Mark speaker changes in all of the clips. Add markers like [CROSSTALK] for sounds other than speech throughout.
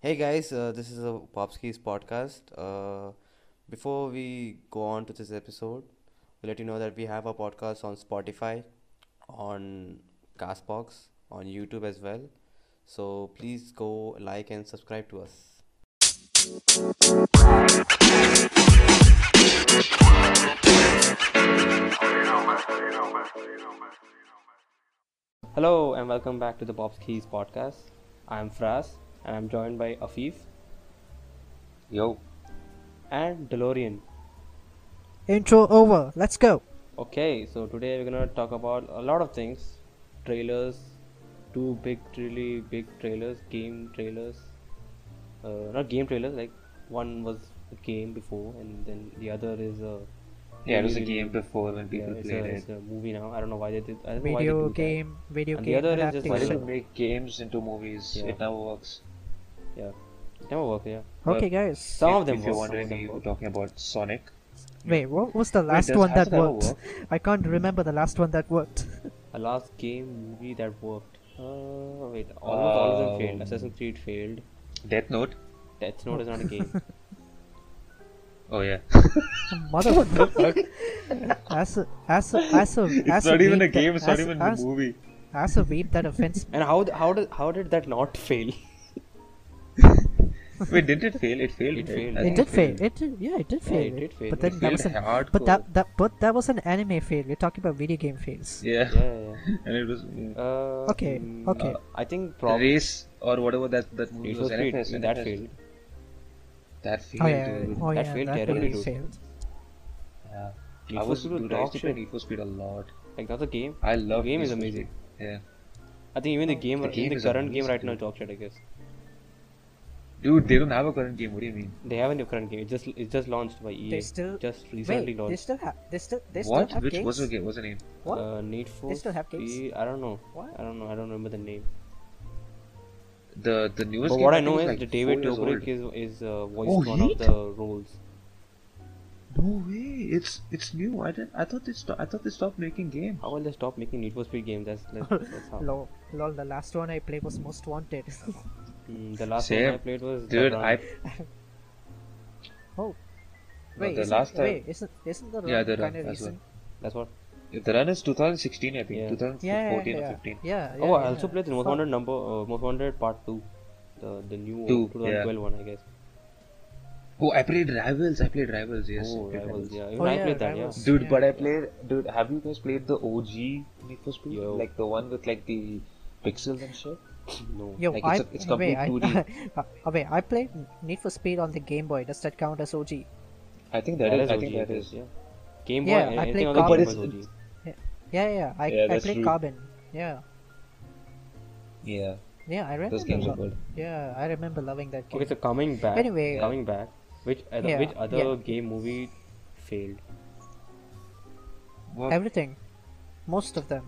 Speaker 1: Hey guys, uh, this is a Popskis podcast. Uh, before we go on to this episode, we'll let you know that we have our podcast on Spotify, on Castbox, on YouTube as well. So please go like and subscribe to us. Hello and welcome back to the Popskis podcast. I'm Fras and I'm joined by Afif
Speaker 2: Yo,
Speaker 1: and DeLorean.
Speaker 3: Intro over. Let's go.
Speaker 1: Okay, so today we're gonna talk about a lot of things trailers, two big, really big trailers, game trailers, uh, not game trailers, like one was a game before, and then the other is a
Speaker 2: yeah, it was a
Speaker 1: really,
Speaker 2: game before when
Speaker 1: really-
Speaker 2: people
Speaker 1: yeah, it's,
Speaker 2: played
Speaker 1: a,
Speaker 2: it.
Speaker 1: it's a movie now. I don't know why they did, I don't know why they
Speaker 3: Video
Speaker 1: do that.
Speaker 3: game, video
Speaker 1: And the
Speaker 3: game
Speaker 1: other is just
Speaker 2: Why did
Speaker 3: adaptation.
Speaker 2: they
Speaker 1: Sure.
Speaker 2: make games into movies?
Speaker 1: Yeah.
Speaker 2: It never works.
Speaker 1: yeah, it never worked, yeah.
Speaker 3: Okay, guys.
Speaker 1: Some
Speaker 2: if,
Speaker 1: of them
Speaker 2: If you're
Speaker 1: work, some
Speaker 2: wondering,
Speaker 1: of them
Speaker 2: we were
Speaker 1: work.
Speaker 2: talking about Sonic.
Speaker 3: Wait, what was the
Speaker 2: Wait,
Speaker 3: last
Speaker 2: does-
Speaker 3: one
Speaker 2: has
Speaker 3: that
Speaker 2: it ever
Speaker 3: worked?
Speaker 2: worked?
Speaker 3: I can't remember the last one that worked. [LAUGHS]
Speaker 1: A last game movie that worked. Uh, wait, almost all of them failed.
Speaker 2: Um,
Speaker 1: Assassin's Creed failed.
Speaker 2: Death Note.
Speaker 1: Death Note is not a
Speaker 3: [LAUGHS]
Speaker 1: game.
Speaker 2: Oh yeah. [LAUGHS]
Speaker 3: Motherfucker. as a as a as a
Speaker 2: it's
Speaker 3: as
Speaker 2: not
Speaker 3: a
Speaker 2: even a
Speaker 3: weeb that-
Speaker 2: game. It's not
Speaker 3: as-
Speaker 2: even
Speaker 3: as,
Speaker 2: a movie.
Speaker 3: As a weeb that
Speaker 1: [LAUGHS]
Speaker 3: offends.
Speaker 1: and how th- how did how did that not [LAUGHS] fail?
Speaker 2: Wait, did it fail? It failed.
Speaker 1: It
Speaker 2: right?
Speaker 1: failed.
Speaker 2: I
Speaker 1: It
Speaker 3: It
Speaker 2: think
Speaker 3: did fail.
Speaker 2: failed.
Speaker 3: It did, yeah, it did
Speaker 1: Yeah,
Speaker 3: fail.
Speaker 1: it did fail.
Speaker 3: But
Speaker 1: It
Speaker 3: then that
Speaker 2: failed
Speaker 3: was an
Speaker 2: hardcore.
Speaker 3: [LAUGHS] but that that but that was an anime fail. We're talking about video game fails.
Speaker 2: Yeah.
Speaker 1: yeah, yeah. yeah.
Speaker 2: [LAUGHS] and it was yeah.
Speaker 1: [LAUGHS] Uh,
Speaker 3: Okay,
Speaker 1: mm,
Speaker 3: okay.
Speaker 1: uh, I think
Speaker 2: The
Speaker 1: probably
Speaker 2: race or whatever that that movie
Speaker 1: it was great.
Speaker 2: NFS,
Speaker 1: that
Speaker 2: NFS.
Speaker 1: failed.
Speaker 2: That failed.
Speaker 3: Oh yeah.
Speaker 2: dude.
Speaker 3: Oh yeah.
Speaker 1: That failed
Speaker 3: that
Speaker 1: terribly,
Speaker 3: really
Speaker 1: dude.
Speaker 3: failed.
Speaker 2: Yeah.
Speaker 1: Need
Speaker 2: I
Speaker 1: for
Speaker 2: was
Speaker 1: Speed was
Speaker 2: dude, I used
Speaker 1: dog
Speaker 2: to play
Speaker 1: shit.
Speaker 2: Need for Speed a lot.
Speaker 1: Like that's a game.
Speaker 2: I love
Speaker 1: the game
Speaker 2: Need
Speaker 1: is
Speaker 2: for Speed.
Speaker 1: amazing.
Speaker 2: Yeah.
Speaker 1: I think even the game,
Speaker 2: The
Speaker 1: in
Speaker 2: game
Speaker 1: the
Speaker 2: is
Speaker 1: current game
Speaker 2: amazing,
Speaker 1: right now is
Speaker 2: dude.
Speaker 1: dog shit. I guess
Speaker 2: Dude, they don't have a current game. What do you mean?
Speaker 1: they have a new current game. It just it's just launched by EA.
Speaker 3: They still
Speaker 1: just recently
Speaker 3: wait. They
Speaker 1: launched.
Speaker 3: still have. They still. They
Speaker 2: what?
Speaker 3: still have
Speaker 2: Which
Speaker 3: games.
Speaker 2: was the game? What's the name?
Speaker 3: What?
Speaker 1: Uh, Need for
Speaker 3: still have games?
Speaker 1: Speed- I don't know.
Speaker 3: What?
Speaker 1: I don't know. I don't remember the name.
Speaker 2: The the newest.
Speaker 1: but
Speaker 2: game,
Speaker 1: what I
Speaker 2: think,
Speaker 1: know
Speaker 2: was
Speaker 1: is
Speaker 2: like
Speaker 1: that
Speaker 2: four
Speaker 1: David
Speaker 2: years
Speaker 1: Dobrik
Speaker 2: old.
Speaker 1: is is uh, voiced
Speaker 2: Oh,
Speaker 1: one of
Speaker 2: yeet?
Speaker 1: the roles.
Speaker 2: No way! It's it's new. I didn't. I thought they stopped. I thought they stopped making games.
Speaker 1: How will they stop making Need for Speed games? That's that's, that's
Speaker 2: Oh.
Speaker 1: how.
Speaker 3: [LAUGHS] Lol, lol, the last one I played was Most Wanted.
Speaker 1: Mm, the last
Speaker 2: Same.
Speaker 1: one I played was
Speaker 2: Dude,
Speaker 1: Zadran.
Speaker 2: I
Speaker 3: [LAUGHS] oh,
Speaker 2: No,
Speaker 3: wait,
Speaker 2: the
Speaker 3: isn't,
Speaker 2: last time-
Speaker 3: wait, isn't isn't the
Speaker 2: Yeah, the run
Speaker 3: kind of
Speaker 2: as well.
Speaker 3: recent?
Speaker 1: That's what.
Speaker 2: the run is 2016, I think.
Speaker 1: Yeah.
Speaker 2: 2014 or
Speaker 3: yeah, yeah,
Speaker 2: 15.
Speaker 3: yeah, yeah.
Speaker 1: Oh, I
Speaker 3: yeah.
Speaker 1: also played the Most
Speaker 3: Fuck.
Speaker 1: Wanted number, uh, Most Wanted Part Two, the the new
Speaker 2: Two,
Speaker 1: 2012 one, I guess.
Speaker 2: Oh, I played Rivals. I played Rivals. Yes. I
Speaker 1: oh,
Speaker 2: played
Speaker 1: Rivals, yeah. Even
Speaker 3: Oh,
Speaker 1: I
Speaker 3: yeah,
Speaker 1: played that,
Speaker 3: Rivals.
Speaker 2: Dude,
Speaker 3: Yeah.
Speaker 2: but I played. Dude, have you guys played the OG Need for Speed?
Speaker 1: Yo.
Speaker 2: Like the one with like the pixels and shit.
Speaker 1: yeah. No.
Speaker 3: Yo,
Speaker 2: Like, it's
Speaker 3: I,
Speaker 2: a- it's complete
Speaker 3: wait, I,
Speaker 2: 2D.
Speaker 3: [LAUGHS] uh, wait, I played Need for Speed on the Game Boy. Does that count as OG?
Speaker 2: I think
Speaker 1: that is
Speaker 2: I
Speaker 1: OG,
Speaker 2: think that is.
Speaker 1: Yeah. Game Boy,
Speaker 3: Yeah,
Speaker 1: and
Speaker 3: I
Speaker 1: anything
Speaker 3: played
Speaker 1: on the
Speaker 3: Carbon.
Speaker 1: Game Boy
Speaker 2: But
Speaker 1: was
Speaker 2: it's-
Speaker 1: OG.
Speaker 3: Yeah, yeah. I
Speaker 2: Yeah,
Speaker 3: I
Speaker 2: that's
Speaker 3: played
Speaker 2: true.
Speaker 3: Carbon. Yeah,
Speaker 2: Yeah.
Speaker 3: yeah. I remember.
Speaker 2: Those games are
Speaker 3: lo-
Speaker 2: good.
Speaker 3: Yeah, I remember loving that game.
Speaker 1: Okay, so coming back.
Speaker 3: Anyway. uh,
Speaker 1: Coming back. Which other,
Speaker 3: Yeah,
Speaker 1: which other
Speaker 3: yeah.
Speaker 1: game movie failed?
Speaker 2: What?
Speaker 3: Everything, most of them.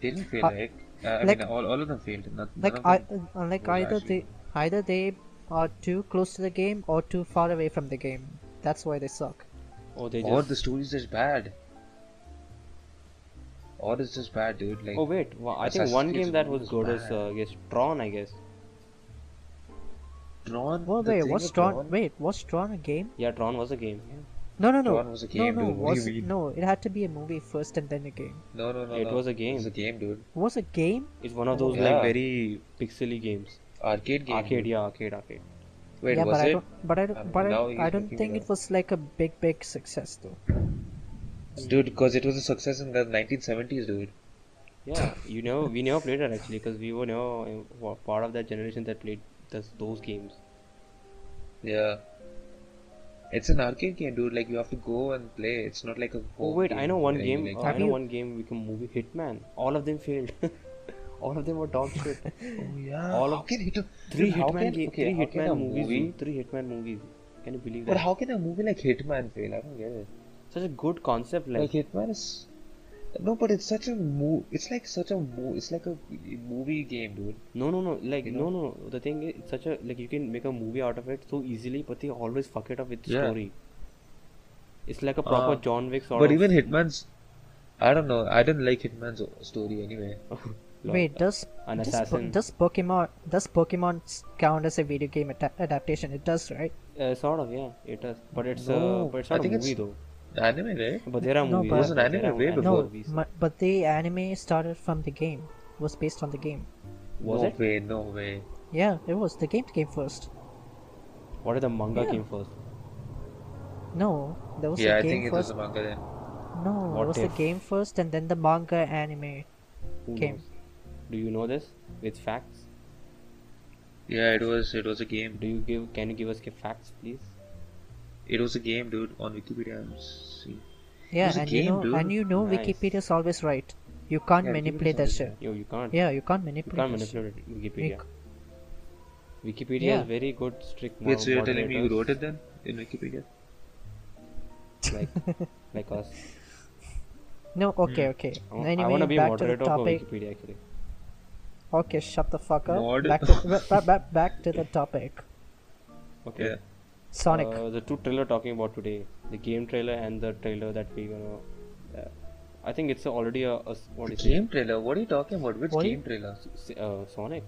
Speaker 2: They didn't fail,
Speaker 3: Uh,
Speaker 2: right? Uh, I
Speaker 3: like-
Speaker 2: mean, all, all of them failed. Not,
Speaker 3: Like
Speaker 2: none
Speaker 3: I,
Speaker 2: of them.
Speaker 3: uh, like
Speaker 2: was
Speaker 3: either
Speaker 2: actually
Speaker 3: they, either they are too close to the game or too far away from the game. That's why they suck.
Speaker 1: Or Oh, they
Speaker 2: or
Speaker 1: just.
Speaker 2: the story is just bad. Or it's just bad, dude. Like,
Speaker 1: oh wait, well, I think
Speaker 2: Assassin's
Speaker 1: one
Speaker 2: Creed's
Speaker 1: game that
Speaker 2: movie
Speaker 1: was
Speaker 2: was
Speaker 1: good is
Speaker 2: bad.
Speaker 1: uh, I guess Tron, I guess.
Speaker 2: Tron.
Speaker 3: Well,
Speaker 2: the
Speaker 3: wait,
Speaker 2: thing
Speaker 3: was
Speaker 2: with
Speaker 3: Tron? Wait, was Tron a game?
Speaker 1: Yeah, Tron was a game. Yeah.
Speaker 3: No, no, no.
Speaker 2: Tron was a game,
Speaker 3: no, no,
Speaker 2: dude. What do
Speaker 3: was
Speaker 2: you mean?
Speaker 3: no. It had to be a movie first and then a game.
Speaker 2: No, no, no.
Speaker 1: It
Speaker 2: no.
Speaker 1: was a game.
Speaker 2: It was a game, dude.
Speaker 3: Was a game?
Speaker 1: It's one of those
Speaker 2: Yeah.
Speaker 1: like very pixely games.
Speaker 2: Arcade game.
Speaker 1: Arcade,
Speaker 2: dude.
Speaker 1: yeah, arcade, arcade.
Speaker 2: Wait,
Speaker 3: yeah,
Speaker 2: was
Speaker 3: but I
Speaker 2: it?
Speaker 3: don't. But I don't.
Speaker 2: Um,
Speaker 3: but
Speaker 2: now
Speaker 3: I,
Speaker 2: he's
Speaker 3: I don't
Speaker 2: making
Speaker 3: think
Speaker 2: it
Speaker 3: it
Speaker 2: up.
Speaker 3: was like a big, big success though.
Speaker 2: Dude, because it was a success in the 1970s, dude.
Speaker 1: Yeah, you know, we never played that actually because we were never uh, wa- part of that generation that played those, those games.
Speaker 2: Yeah. It's an arcade game, dude. Like, you have to go and play. It's not like a.
Speaker 1: Oh
Speaker 2: home
Speaker 1: wait,
Speaker 2: game
Speaker 1: I know one
Speaker 2: where you,
Speaker 1: game.
Speaker 2: like,
Speaker 1: uh, I
Speaker 3: Have
Speaker 1: know
Speaker 3: you-
Speaker 1: one game. We can movie Hitman. All of them failed. [LAUGHS] All of them were dog shit.
Speaker 2: [LAUGHS] oh, yeah.
Speaker 1: all
Speaker 2: how
Speaker 1: of-
Speaker 2: can Hitman.
Speaker 1: Three
Speaker 2: dude, how
Speaker 1: Hitman
Speaker 2: can,
Speaker 1: game.
Speaker 2: okay,
Speaker 1: three
Speaker 2: how can a
Speaker 1: Hitman movies.
Speaker 2: Movie,
Speaker 1: Three Hitman movies. Can you believe
Speaker 2: but
Speaker 1: that?
Speaker 2: how can a movie like Hitman fail? I don't get it.
Speaker 1: Such a good concept. Like,
Speaker 2: Like Hitman is no, but it's such a mo. It's like such a mo. It's like a movie game, dude.
Speaker 1: no, no, no. Like
Speaker 2: You
Speaker 1: no, no. no. The thing is, it's such a like you can make a movie out of it so easily, but they always fuck it up with
Speaker 2: Yeah.
Speaker 1: story. It's like a proper
Speaker 2: Uh,
Speaker 1: [LAUGHS] John Wick sort
Speaker 2: but
Speaker 1: of. [LAUGHS]
Speaker 2: even Hitman's, I don't know. I don't like Hitman's story anyway.
Speaker 1: Like,
Speaker 3: Wait, does
Speaker 1: an
Speaker 3: does,
Speaker 1: assassin.
Speaker 3: Po- does Pokemon does Pokemon count as a video game ada- adaptation? It does, right?
Speaker 1: Uh, sort of, yeah, it does. But it's uh,
Speaker 3: No.
Speaker 1: but it's
Speaker 2: I
Speaker 1: not a
Speaker 2: think
Speaker 1: movie
Speaker 2: it's-
Speaker 1: though.
Speaker 2: Anime, right?
Speaker 1: But there are
Speaker 3: No,
Speaker 1: movies.
Speaker 3: but- It was
Speaker 2: an
Speaker 1: there
Speaker 2: anime
Speaker 1: are
Speaker 2: way
Speaker 1: anime
Speaker 2: before.
Speaker 3: No,
Speaker 1: movies.
Speaker 3: mu- but the anime started from the game. Was based on the game.
Speaker 1: Was
Speaker 2: no
Speaker 1: it?
Speaker 2: way, no way.
Speaker 3: Yeah, it was the game came first.
Speaker 1: What if the manga
Speaker 3: Yeah.
Speaker 1: came first?
Speaker 3: No, there was
Speaker 2: yeah,
Speaker 3: a
Speaker 2: I
Speaker 3: game
Speaker 2: think it was
Speaker 3: first.
Speaker 2: a manga then.
Speaker 3: No,
Speaker 1: What
Speaker 3: it was
Speaker 1: if?
Speaker 3: the game first, and then the manga anime.
Speaker 1: Who
Speaker 3: Came.
Speaker 1: knows? Do you know this with facts?
Speaker 2: Yeah, it was. It was a game.
Speaker 1: Do you give? Can you give us facts, please?
Speaker 2: It was a game, dude. On Wikipedia, I'm seeing.
Speaker 3: Yeah,
Speaker 2: was a
Speaker 3: and
Speaker 2: game,
Speaker 3: you know,
Speaker 2: dude.
Speaker 3: and you know,
Speaker 1: Nice.
Speaker 3: Wikipedia's always right. You can't
Speaker 2: Yeah, Wikipedia's
Speaker 3: manipulate that
Speaker 2: always
Speaker 3: shit.
Speaker 1: Yo, you can't.
Speaker 3: Yeah, you can't
Speaker 1: You
Speaker 3: manipulate.
Speaker 1: can't
Speaker 3: that shit.
Speaker 1: manipulate Wikipedia. Wikipedia
Speaker 3: Yeah.
Speaker 1: is very good, strict.
Speaker 2: Wait, so you're telling me you
Speaker 1: moderators
Speaker 2: wrote it then in Wikipedia?
Speaker 1: Like,
Speaker 3: [LAUGHS]
Speaker 1: like us.
Speaker 3: No, okay, okay.
Speaker 1: Hmm. I wa-
Speaker 3: Anyway,
Speaker 1: I want to be
Speaker 3: back to the
Speaker 1: moderator for
Speaker 3: topic.
Speaker 1: Wikipedia actually.
Speaker 3: Okay, shut the fuck up.
Speaker 2: Mod-
Speaker 3: Back to, back, back, back to the topic.
Speaker 1: Okay.
Speaker 2: Yeah.
Speaker 3: Sonic.
Speaker 1: Uh, the two trailer talking about today, the game trailer and the trailer that we gonna. Uh, I think it's already a, a s- what
Speaker 2: The
Speaker 1: is
Speaker 2: game trailer. What are you talking about? Which
Speaker 3: What do you-
Speaker 2: game trailer?
Speaker 1: it? S- Uh, Sonic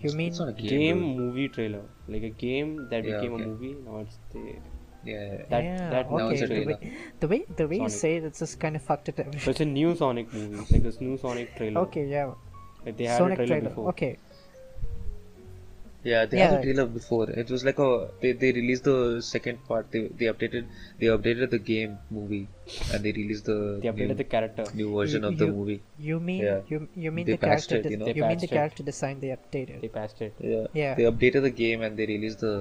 Speaker 3: you mean
Speaker 2: It's not a
Speaker 1: game,
Speaker 2: game. dude.
Speaker 1: movie trailer, like a game that
Speaker 2: Yeah,
Speaker 1: became
Speaker 2: okay.
Speaker 1: a movie. Now it's the
Speaker 2: Yeah.
Speaker 1: that
Speaker 3: yeah,
Speaker 1: that
Speaker 3: okay.
Speaker 2: now it's a
Speaker 1: movie
Speaker 3: the,
Speaker 1: trailer.
Speaker 3: way, the way the way you
Speaker 1: Sonic.
Speaker 3: say it, it's just kind of fucked it up.
Speaker 1: So it's a new Sonic movie, like this new Sonic trailer.
Speaker 3: [LAUGHS] okay, yeah.
Speaker 1: Like they had
Speaker 3: Sonic
Speaker 1: a trailer, before.
Speaker 3: Okay,
Speaker 2: Yeah, they
Speaker 3: Yeah.
Speaker 2: had a trailer before. It was like a they, they released the second part. They they updated they updated the game movie, and they released the
Speaker 1: They updated
Speaker 2: new,
Speaker 1: the character.
Speaker 2: new version of the
Speaker 3: you-
Speaker 2: movie.
Speaker 3: you mean
Speaker 2: Yeah.
Speaker 3: you you mean
Speaker 2: They
Speaker 3: the
Speaker 2: patched
Speaker 3: character
Speaker 2: it,
Speaker 3: de-
Speaker 2: you know?
Speaker 1: They
Speaker 3: mean
Speaker 1: patched
Speaker 3: the
Speaker 1: it.
Speaker 3: character design they updated.
Speaker 1: They passed it.
Speaker 2: Yeah.
Speaker 3: Yeah.
Speaker 2: They updated the game and they released the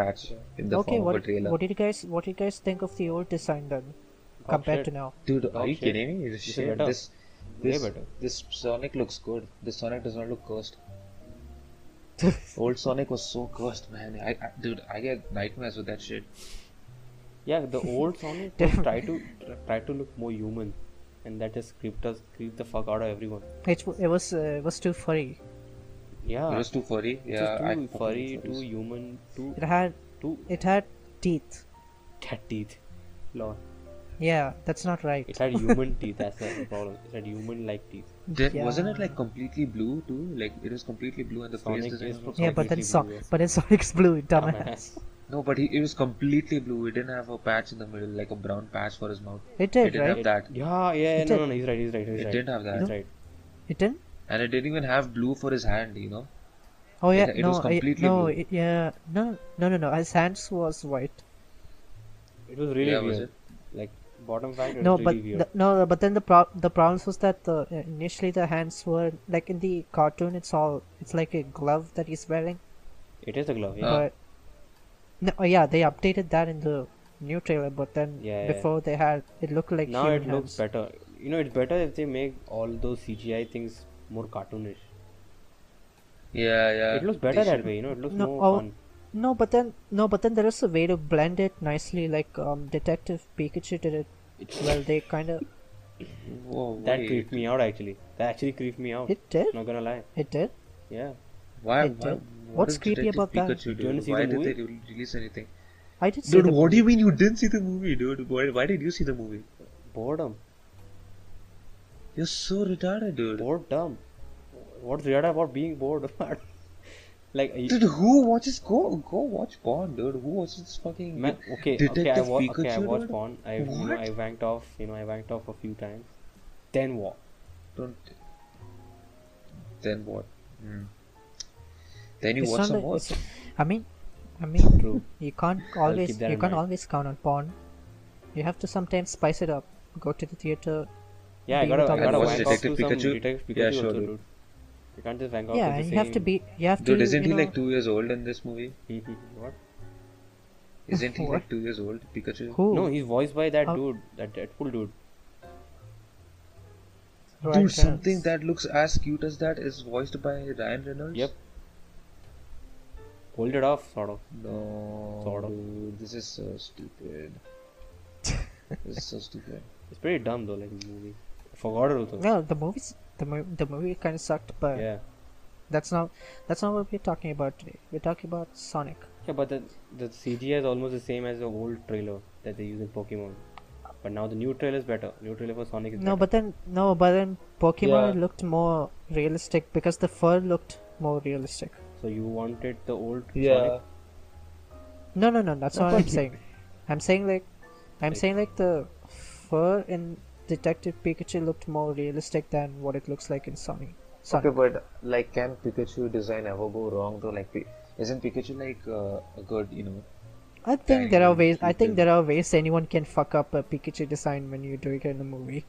Speaker 2: patch in the
Speaker 3: okay,
Speaker 2: form
Speaker 3: what
Speaker 2: of a trailer.
Speaker 3: what did you guys what did you guys think of the old design then,
Speaker 1: Oh,
Speaker 3: compared to
Speaker 1: shit.
Speaker 3: now?
Speaker 2: Dude, are
Speaker 1: Oh,
Speaker 2: you
Speaker 1: shit.
Speaker 2: kidding me? This
Speaker 1: is
Speaker 2: shit,
Speaker 1: better.
Speaker 2: this
Speaker 1: Way
Speaker 2: this,
Speaker 1: better.
Speaker 2: this Sonic looks good. This Sonic does not look
Speaker 3: [LAUGHS]
Speaker 2: cursed. Old Sonic was so cursed, man. I, I dude, I get nightmares with that shit.
Speaker 1: Yeah, the old
Speaker 3: [LAUGHS]
Speaker 1: Sonic was try to try to look more human, and that just creeped us, creeped the fuck out of everyone.
Speaker 3: It w- it was uh, it was too furry.
Speaker 1: Yeah,
Speaker 2: It was too furry.
Speaker 1: It's
Speaker 2: Yeah,
Speaker 1: just
Speaker 2: I
Speaker 1: too
Speaker 2: fucking
Speaker 1: furry,
Speaker 2: hate
Speaker 1: too
Speaker 2: furries.
Speaker 1: human, too
Speaker 3: It had
Speaker 1: too
Speaker 3: it had teeth.
Speaker 1: cat teeth. Lord,
Speaker 3: Yeah, that's not right.
Speaker 1: it had human teeth. That's the problem. It had human-like teeth.
Speaker 2: Then, Wasn't it
Speaker 3: Yeah.
Speaker 2: like completely blue too? Like it was completely blue and the
Speaker 1: Sonic
Speaker 2: face design.
Speaker 1: is
Speaker 2: was-
Speaker 1: pro-
Speaker 3: yeah, but
Speaker 1: completely
Speaker 3: then so-
Speaker 1: blue, yes.
Speaker 3: but then [LAUGHS] Sonic's blue, dumbass.
Speaker 1: Dumbass.
Speaker 2: No, but he it was completely blue. It didn't have a patch in the middle, like a brown patch for his mouth.
Speaker 3: It
Speaker 2: It
Speaker 3: did,
Speaker 2: didn't
Speaker 3: right?
Speaker 2: have that,
Speaker 1: Yeah, yeah, yeah
Speaker 3: It
Speaker 1: no,
Speaker 3: did.
Speaker 1: no, no, he's right, he's right, he's
Speaker 2: It
Speaker 1: right.
Speaker 2: didn't have that.
Speaker 1: He's right.
Speaker 3: It didn't.
Speaker 2: and it didn't even have blue for his hand. You know.
Speaker 3: Oh yeah,
Speaker 2: It- it
Speaker 3: no,
Speaker 2: was
Speaker 3: I-
Speaker 2: completely
Speaker 3: no,
Speaker 2: blue.
Speaker 3: it- yeah, no, no, no, no. His hands was white.
Speaker 1: It was really
Speaker 2: Yeah, was
Speaker 1: weird. Like bottom fact, it
Speaker 3: No,
Speaker 1: was
Speaker 3: but
Speaker 1: really weird.
Speaker 3: the, no, but then the pro- the problems was that the uh, initially the hands were like in the cartoon. It's all it's like a glove that he's wearing,
Speaker 1: It is a glove. Yeah.
Speaker 3: but no, oh, yeah, they updated that in the new trailer. But then
Speaker 1: Yeah, yeah.
Speaker 3: before they had it looked like
Speaker 1: now
Speaker 3: human
Speaker 1: it looks
Speaker 3: hands.
Speaker 1: better. You know, it's better if they make all those CGI things more cartoonish.
Speaker 2: Yeah, yeah.
Speaker 1: it looks
Speaker 2: they
Speaker 1: better that
Speaker 2: should.
Speaker 1: way. You know, it looks
Speaker 3: No,
Speaker 1: more
Speaker 3: oh,
Speaker 1: fun.
Speaker 3: No, but then no, but then there is a way to blend it nicely. Like um, Detective Pikachu did it. Well, they kind of
Speaker 2: Whoa,
Speaker 1: That
Speaker 2: wait.
Speaker 1: creeped me out actually. That actually creeped me out.
Speaker 3: it did.
Speaker 1: Not gonna lie.
Speaker 3: It did.
Speaker 1: Yeah.
Speaker 2: Why,
Speaker 3: It
Speaker 2: why
Speaker 3: did. What's
Speaker 2: is
Speaker 3: creepy
Speaker 2: Detective
Speaker 3: about that?
Speaker 2: Pikachu,
Speaker 1: You
Speaker 2: dude?
Speaker 1: didn't see
Speaker 2: why
Speaker 1: the
Speaker 2: did
Speaker 1: movie?
Speaker 2: they re- release anything?
Speaker 3: I did see
Speaker 2: Dude,
Speaker 3: the
Speaker 2: what do you mean you didn't see the movie, dude? Why, why did you see the movie?
Speaker 1: Boredom.
Speaker 2: You're so retarded, dude.
Speaker 1: Boredom. What's weird about being bored? [LAUGHS] like I-
Speaker 2: Dude, who watches go go watch porn, dude? Who watches this fucking
Speaker 1: man, okay, okay, I
Speaker 2: Detective
Speaker 1: wa- okay, I
Speaker 2: Pikachu,
Speaker 1: watched
Speaker 2: dude?
Speaker 1: porn. I you know,
Speaker 2: What?
Speaker 1: I wanked off. You know, I wanked off a few times. Then what?
Speaker 2: Don't. Then what? Hmm. Then you
Speaker 3: It's
Speaker 2: watch
Speaker 3: not
Speaker 2: some
Speaker 3: like-
Speaker 2: more.
Speaker 3: it's- I mean, I mean,
Speaker 1: True.
Speaker 3: you can't always
Speaker 1: that
Speaker 3: you
Speaker 1: in
Speaker 3: can't
Speaker 1: mind.
Speaker 3: always count on porn. You have to sometimes spice it up. Go to the theater.
Speaker 1: Yeah, I
Speaker 3: Being
Speaker 1: gotta, I
Speaker 3: without
Speaker 1: gotta
Speaker 2: watch
Speaker 1: wank off to
Speaker 2: Detective
Speaker 1: some
Speaker 2: Pikachu?
Speaker 1: Detective Pikachu
Speaker 2: Yeah,
Speaker 1: also,
Speaker 2: sure,
Speaker 1: dude.
Speaker 2: dude.
Speaker 1: You can't just wank off
Speaker 3: yeah,
Speaker 1: to the
Speaker 3: and
Speaker 1: same.
Speaker 3: you have to be. You have
Speaker 2: Dude,
Speaker 3: to.
Speaker 2: isn't
Speaker 3: you
Speaker 2: he
Speaker 3: know,
Speaker 2: like two years old in this movie?
Speaker 1: [LAUGHS] what?
Speaker 2: Isn't he
Speaker 3: What?
Speaker 2: like two years old, Pikachu?
Speaker 3: Who?
Speaker 1: No, he's voiced by that
Speaker 3: How-
Speaker 1: dude, that Deadpool dude.
Speaker 3: Ryan
Speaker 2: Dude, something
Speaker 3: Reynolds.
Speaker 2: that looks as cute as that is voiced by Ryan Reynolds.
Speaker 1: Yep. Hold it off, sort of.
Speaker 2: No.
Speaker 1: Sort of.
Speaker 2: Dude, this is so
Speaker 3: [LAUGHS]
Speaker 2: stupid. this is so stupid.
Speaker 1: It's pretty dumb though, like the movie. I forgot it also.
Speaker 3: Well, the movies. The movie. The movie kind of sucked, but
Speaker 1: Yeah.
Speaker 3: that's not. That's not what we're talking about today. We're talking about Sonic.
Speaker 1: Yeah, but the the CGI is almost the same as the old trailer that they use in Pokemon. But now the new trailer is better. New trailer for Sonic is
Speaker 3: No,
Speaker 1: better.
Speaker 3: but then no, but then Pokemon
Speaker 2: Yeah.
Speaker 3: looked more realistic because the fur looked more realistic.
Speaker 1: So you wanted the old
Speaker 2: Yeah.
Speaker 1: Sonic?
Speaker 3: No, no, no, that's not what I'm
Speaker 2: [LAUGHS]
Speaker 3: saying. I'm saying like, I'm saying like the fur in Detective Pikachu looked more realistic than what it looks like in Sonic. Sonic.
Speaker 2: Okay, but like, can Pikachu design ever go wrong though? Like, Pi- isn't Pikachu like uh, a good, you know?
Speaker 3: I think there are
Speaker 2: Dang,
Speaker 3: ways. I think
Speaker 2: Pikachu.
Speaker 3: there are ways anyone can fuck up a Pikachu design when you do it in a movie.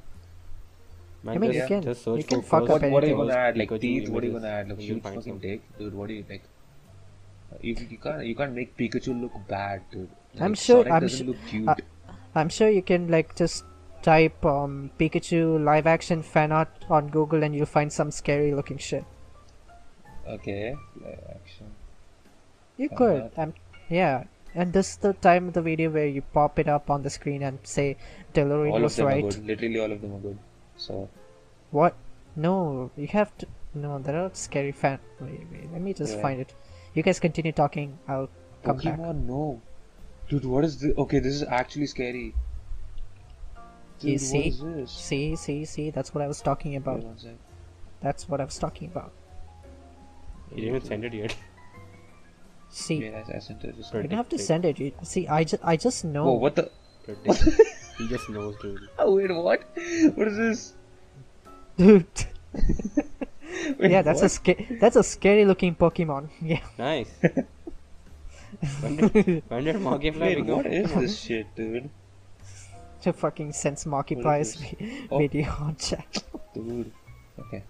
Speaker 1: Man,
Speaker 3: I mean,
Speaker 1: just,
Speaker 3: you can-
Speaker 1: just search
Speaker 3: you can
Speaker 1: for
Speaker 3: fuck
Speaker 1: first-
Speaker 2: What,
Speaker 3: up
Speaker 2: what are you
Speaker 3: anything.
Speaker 2: gonna add? Like
Speaker 1: Pikachu
Speaker 2: teeth? What are you
Speaker 1: images.
Speaker 2: gonna add? Like a
Speaker 1: You'll
Speaker 2: huge
Speaker 1: find
Speaker 2: fucking
Speaker 1: something.
Speaker 2: dick, dude. What do you like? You, you can't you can't make Pikachu look bad, dude. Like,
Speaker 3: I'm sure- uh,
Speaker 2: Sonic
Speaker 3: I'm
Speaker 2: doesn't
Speaker 3: su-
Speaker 2: look cute.
Speaker 3: I- I'm sure you can like just type um, Pikachu live action fan art on Google and you'll find some scary looking shit.
Speaker 2: okay, live action.
Speaker 3: You
Speaker 2: Fan
Speaker 3: could.
Speaker 2: art.
Speaker 3: Um, yeah. And this is the time of the video where you pop it up on the screen and say DeLorean
Speaker 2: all of
Speaker 3: was
Speaker 2: them
Speaker 3: right.
Speaker 2: are good. Literally all of them are good. So
Speaker 3: What? No, you have to. No, there are scary fan. Wait, wait, let me just
Speaker 2: Yeah.
Speaker 3: find it. You guys continue talking. I'll come back.
Speaker 2: Pokemon, no, dude. What is this? Okay, this is actually scary. Dude,
Speaker 3: You see?
Speaker 2: what is this?
Speaker 3: See, see, see. That's what I was talking
Speaker 2: Wait
Speaker 3: about.
Speaker 2: one sec.
Speaker 3: That's what I was talking about.
Speaker 1: You didn't even send it
Speaker 2: [LAUGHS]
Speaker 1: yet.
Speaker 3: See,
Speaker 2: Yeah, I, I sent it. Just
Speaker 3: you don't have to
Speaker 1: Predict-
Speaker 3: send it. You, see, I just, I just know.
Speaker 2: Whoa, what the? [LAUGHS]
Speaker 1: Predict. he just knows, dude.
Speaker 2: Oh wait, what? [LAUGHS] What is this?
Speaker 3: Dude. [LAUGHS]
Speaker 2: Wait,
Speaker 3: yeah, that's a
Speaker 2: what?
Speaker 3: sca- that's a scary looking Pokemon. [LAUGHS] Yeah.
Speaker 1: Nice. when did, when did Mogifly
Speaker 2: Wait,
Speaker 1: become
Speaker 2: what is this shit, dude?
Speaker 3: To fucking sense
Speaker 2: is
Speaker 3: Markiplier's
Speaker 2: this?
Speaker 3: vi-
Speaker 2: Oh.
Speaker 3: video on chat.
Speaker 2: Dude. Okay.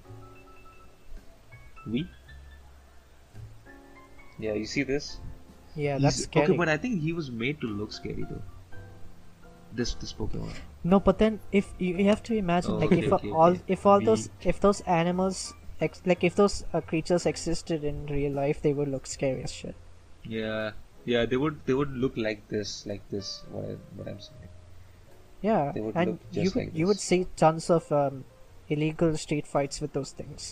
Speaker 1: We?
Speaker 2: Yeah, you see this?
Speaker 3: Yeah,
Speaker 2: He's-
Speaker 3: that's scary.
Speaker 2: Okay, but I think he was made to look scary though. This this Pokemon.
Speaker 3: No, but then if you, you have to imagine,
Speaker 2: Oh,
Speaker 3: like
Speaker 2: okay,
Speaker 3: if
Speaker 2: okay,
Speaker 3: all
Speaker 2: okay.
Speaker 3: if all
Speaker 2: We-
Speaker 3: those if those animals ex- like if those uh, creatures existed in real life, they would look scary as shit.
Speaker 2: Yeah. Yeah, they would they would look like this, like this. What, I, what I'm saying.
Speaker 3: Yeah,
Speaker 2: They would
Speaker 3: and
Speaker 2: look
Speaker 3: you
Speaker 2: just
Speaker 3: would
Speaker 2: like
Speaker 3: you would
Speaker 2: this.
Speaker 3: see tons of um, illegal street fights with those things.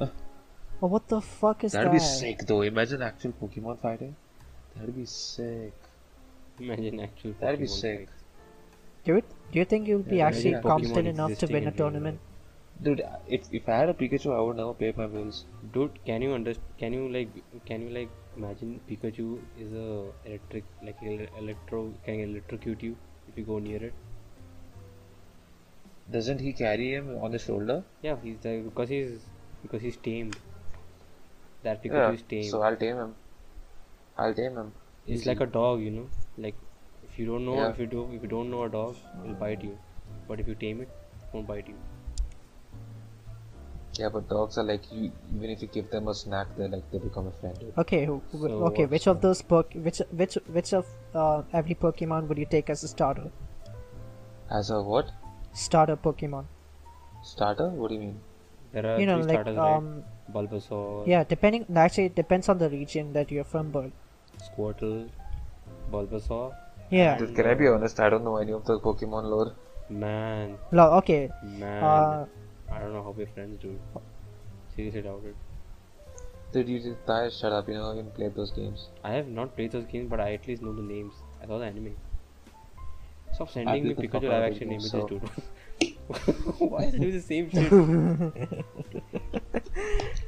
Speaker 2: Uh.
Speaker 3: oh, what the fuck is
Speaker 2: That'd
Speaker 3: that?
Speaker 2: be sick though. Imagine actual Pokemon fighting. That'd be sick.
Speaker 1: Imagine actual
Speaker 2: That'd be
Speaker 1: Pokemon
Speaker 2: sick.
Speaker 1: fights.
Speaker 3: Do you do you think you'll be
Speaker 2: Yeah,
Speaker 3: actually
Speaker 2: imagine
Speaker 1: Pokemon
Speaker 3: competent enough to
Speaker 1: existing
Speaker 3: win
Speaker 1: in
Speaker 3: a
Speaker 1: real
Speaker 3: tournament?
Speaker 2: Dude, I- if, if I had a Pikachu, I would never pay my bills.
Speaker 1: life. Dude, can you under? Can you like? Can you like? Imagine Pikachu is a electric, like ele- electro, can electrocute you if you go near it.
Speaker 2: Doesn't he carry him on the shoulder?
Speaker 1: Yeah, he's like because he's because he's tamed. That Pikachu
Speaker 2: Yeah.
Speaker 1: is tamed.
Speaker 2: So I'll tame him. I'll tame him.
Speaker 1: it's
Speaker 2: Easy.
Speaker 1: like a dog, you know. Like if you don't know,
Speaker 2: Yeah.
Speaker 1: if you do, if you don't know a dog, it'll bite you. But if you tame it, it won't bite you.
Speaker 2: Yeah, but dogs are like you. Even if you give them a snack, they like they become a friend.
Speaker 3: Okay, who- wh-
Speaker 1: So
Speaker 3: okay.
Speaker 1: what's
Speaker 3: Which of those pok which which which of uh, every Pokemon would you take as a starter
Speaker 2: As a what
Speaker 3: starter Pokemon?
Speaker 2: starter? What do you mean?
Speaker 1: There are
Speaker 3: you know,
Speaker 1: three
Speaker 3: like
Speaker 1: starters,
Speaker 3: um,
Speaker 1: right? Bulbasaur,
Speaker 3: Yeah, depending. no, Actually, it depends on the region that you're from, but
Speaker 1: Squirtle, Bulbasaur.
Speaker 3: yeah.
Speaker 2: Dude, can I be honest? I don't know any of the Pokemon lore.
Speaker 1: Man,
Speaker 3: Lo- okay.
Speaker 1: man,
Speaker 3: Uh,
Speaker 1: I don't know how we're friends, dude. Seriously, doubt it.
Speaker 2: Dude, you just die. Shut up. You never even played those games.
Speaker 1: I have not played those games, but I at least know the names. I saw the anime. Stop sending
Speaker 2: do
Speaker 1: me
Speaker 2: think
Speaker 1: Pikachu
Speaker 2: Papa
Speaker 1: live
Speaker 2: did
Speaker 1: action
Speaker 2: do
Speaker 1: images,
Speaker 2: so.
Speaker 1: dude.
Speaker 2: [LAUGHS]
Speaker 1: Why is it doing the same
Speaker 3: [LAUGHS]
Speaker 1: shit?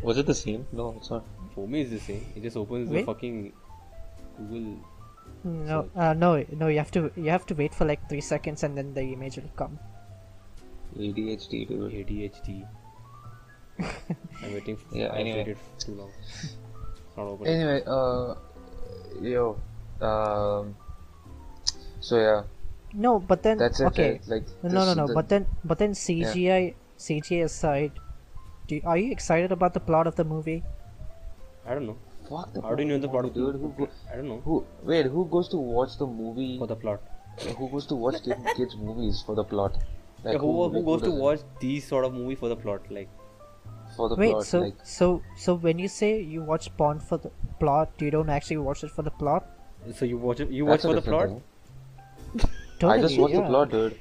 Speaker 2: Was it the same? No, it's not.
Speaker 1: For me, it's the same. It just opens the
Speaker 3: Wait.
Speaker 1: fucking Google.
Speaker 3: No, uh, no, no. You have to you have to wait for like three seconds, and then the image will come.
Speaker 2: ADHD, dude.
Speaker 3: [LAUGHS]
Speaker 1: ADHD. I'm waiting for
Speaker 2: Yeah,
Speaker 1: I've
Speaker 2: anyway.
Speaker 1: waited too long. It's not opening.
Speaker 2: Anyway, uh, yo, um, so yeah,
Speaker 3: No, but then
Speaker 2: that's it.
Speaker 3: okay.
Speaker 2: right? Like
Speaker 3: No, no,
Speaker 2: this-
Speaker 3: no.
Speaker 2: the-
Speaker 3: But then, but then CGI CGI aside, do you, are you excited about the plot of the movie?
Speaker 1: I don't know.
Speaker 2: fuck the
Speaker 1: How do you know the plot of the
Speaker 2: dude? Who, go-
Speaker 1: I don't know.
Speaker 2: who? Wait, who goes to watch the movie?
Speaker 1: For the plot.
Speaker 2: Who goes to watch kid, kids movies for the plot? Like
Speaker 1: Yeah, who, who
Speaker 2: like,
Speaker 1: goes to
Speaker 2: doesn't?
Speaker 1: watch these sort of movie for the plot? Like,
Speaker 2: for the
Speaker 3: Wait,
Speaker 2: plot?
Speaker 3: so
Speaker 2: like,
Speaker 3: so so when you say you watch Bond for the plot, you don't actually watch it for the plot.
Speaker 1: so you watch it, you watch
Speaker 2: that's a
Speaker 1: for the
Speaker 2: different
Speaker 1: plot?
Speaker 2: thing.
Speaker 3: Totally,
Speaker 2: I just watched
Speaker 3: yeah.
Speaker 2: the plot, dude.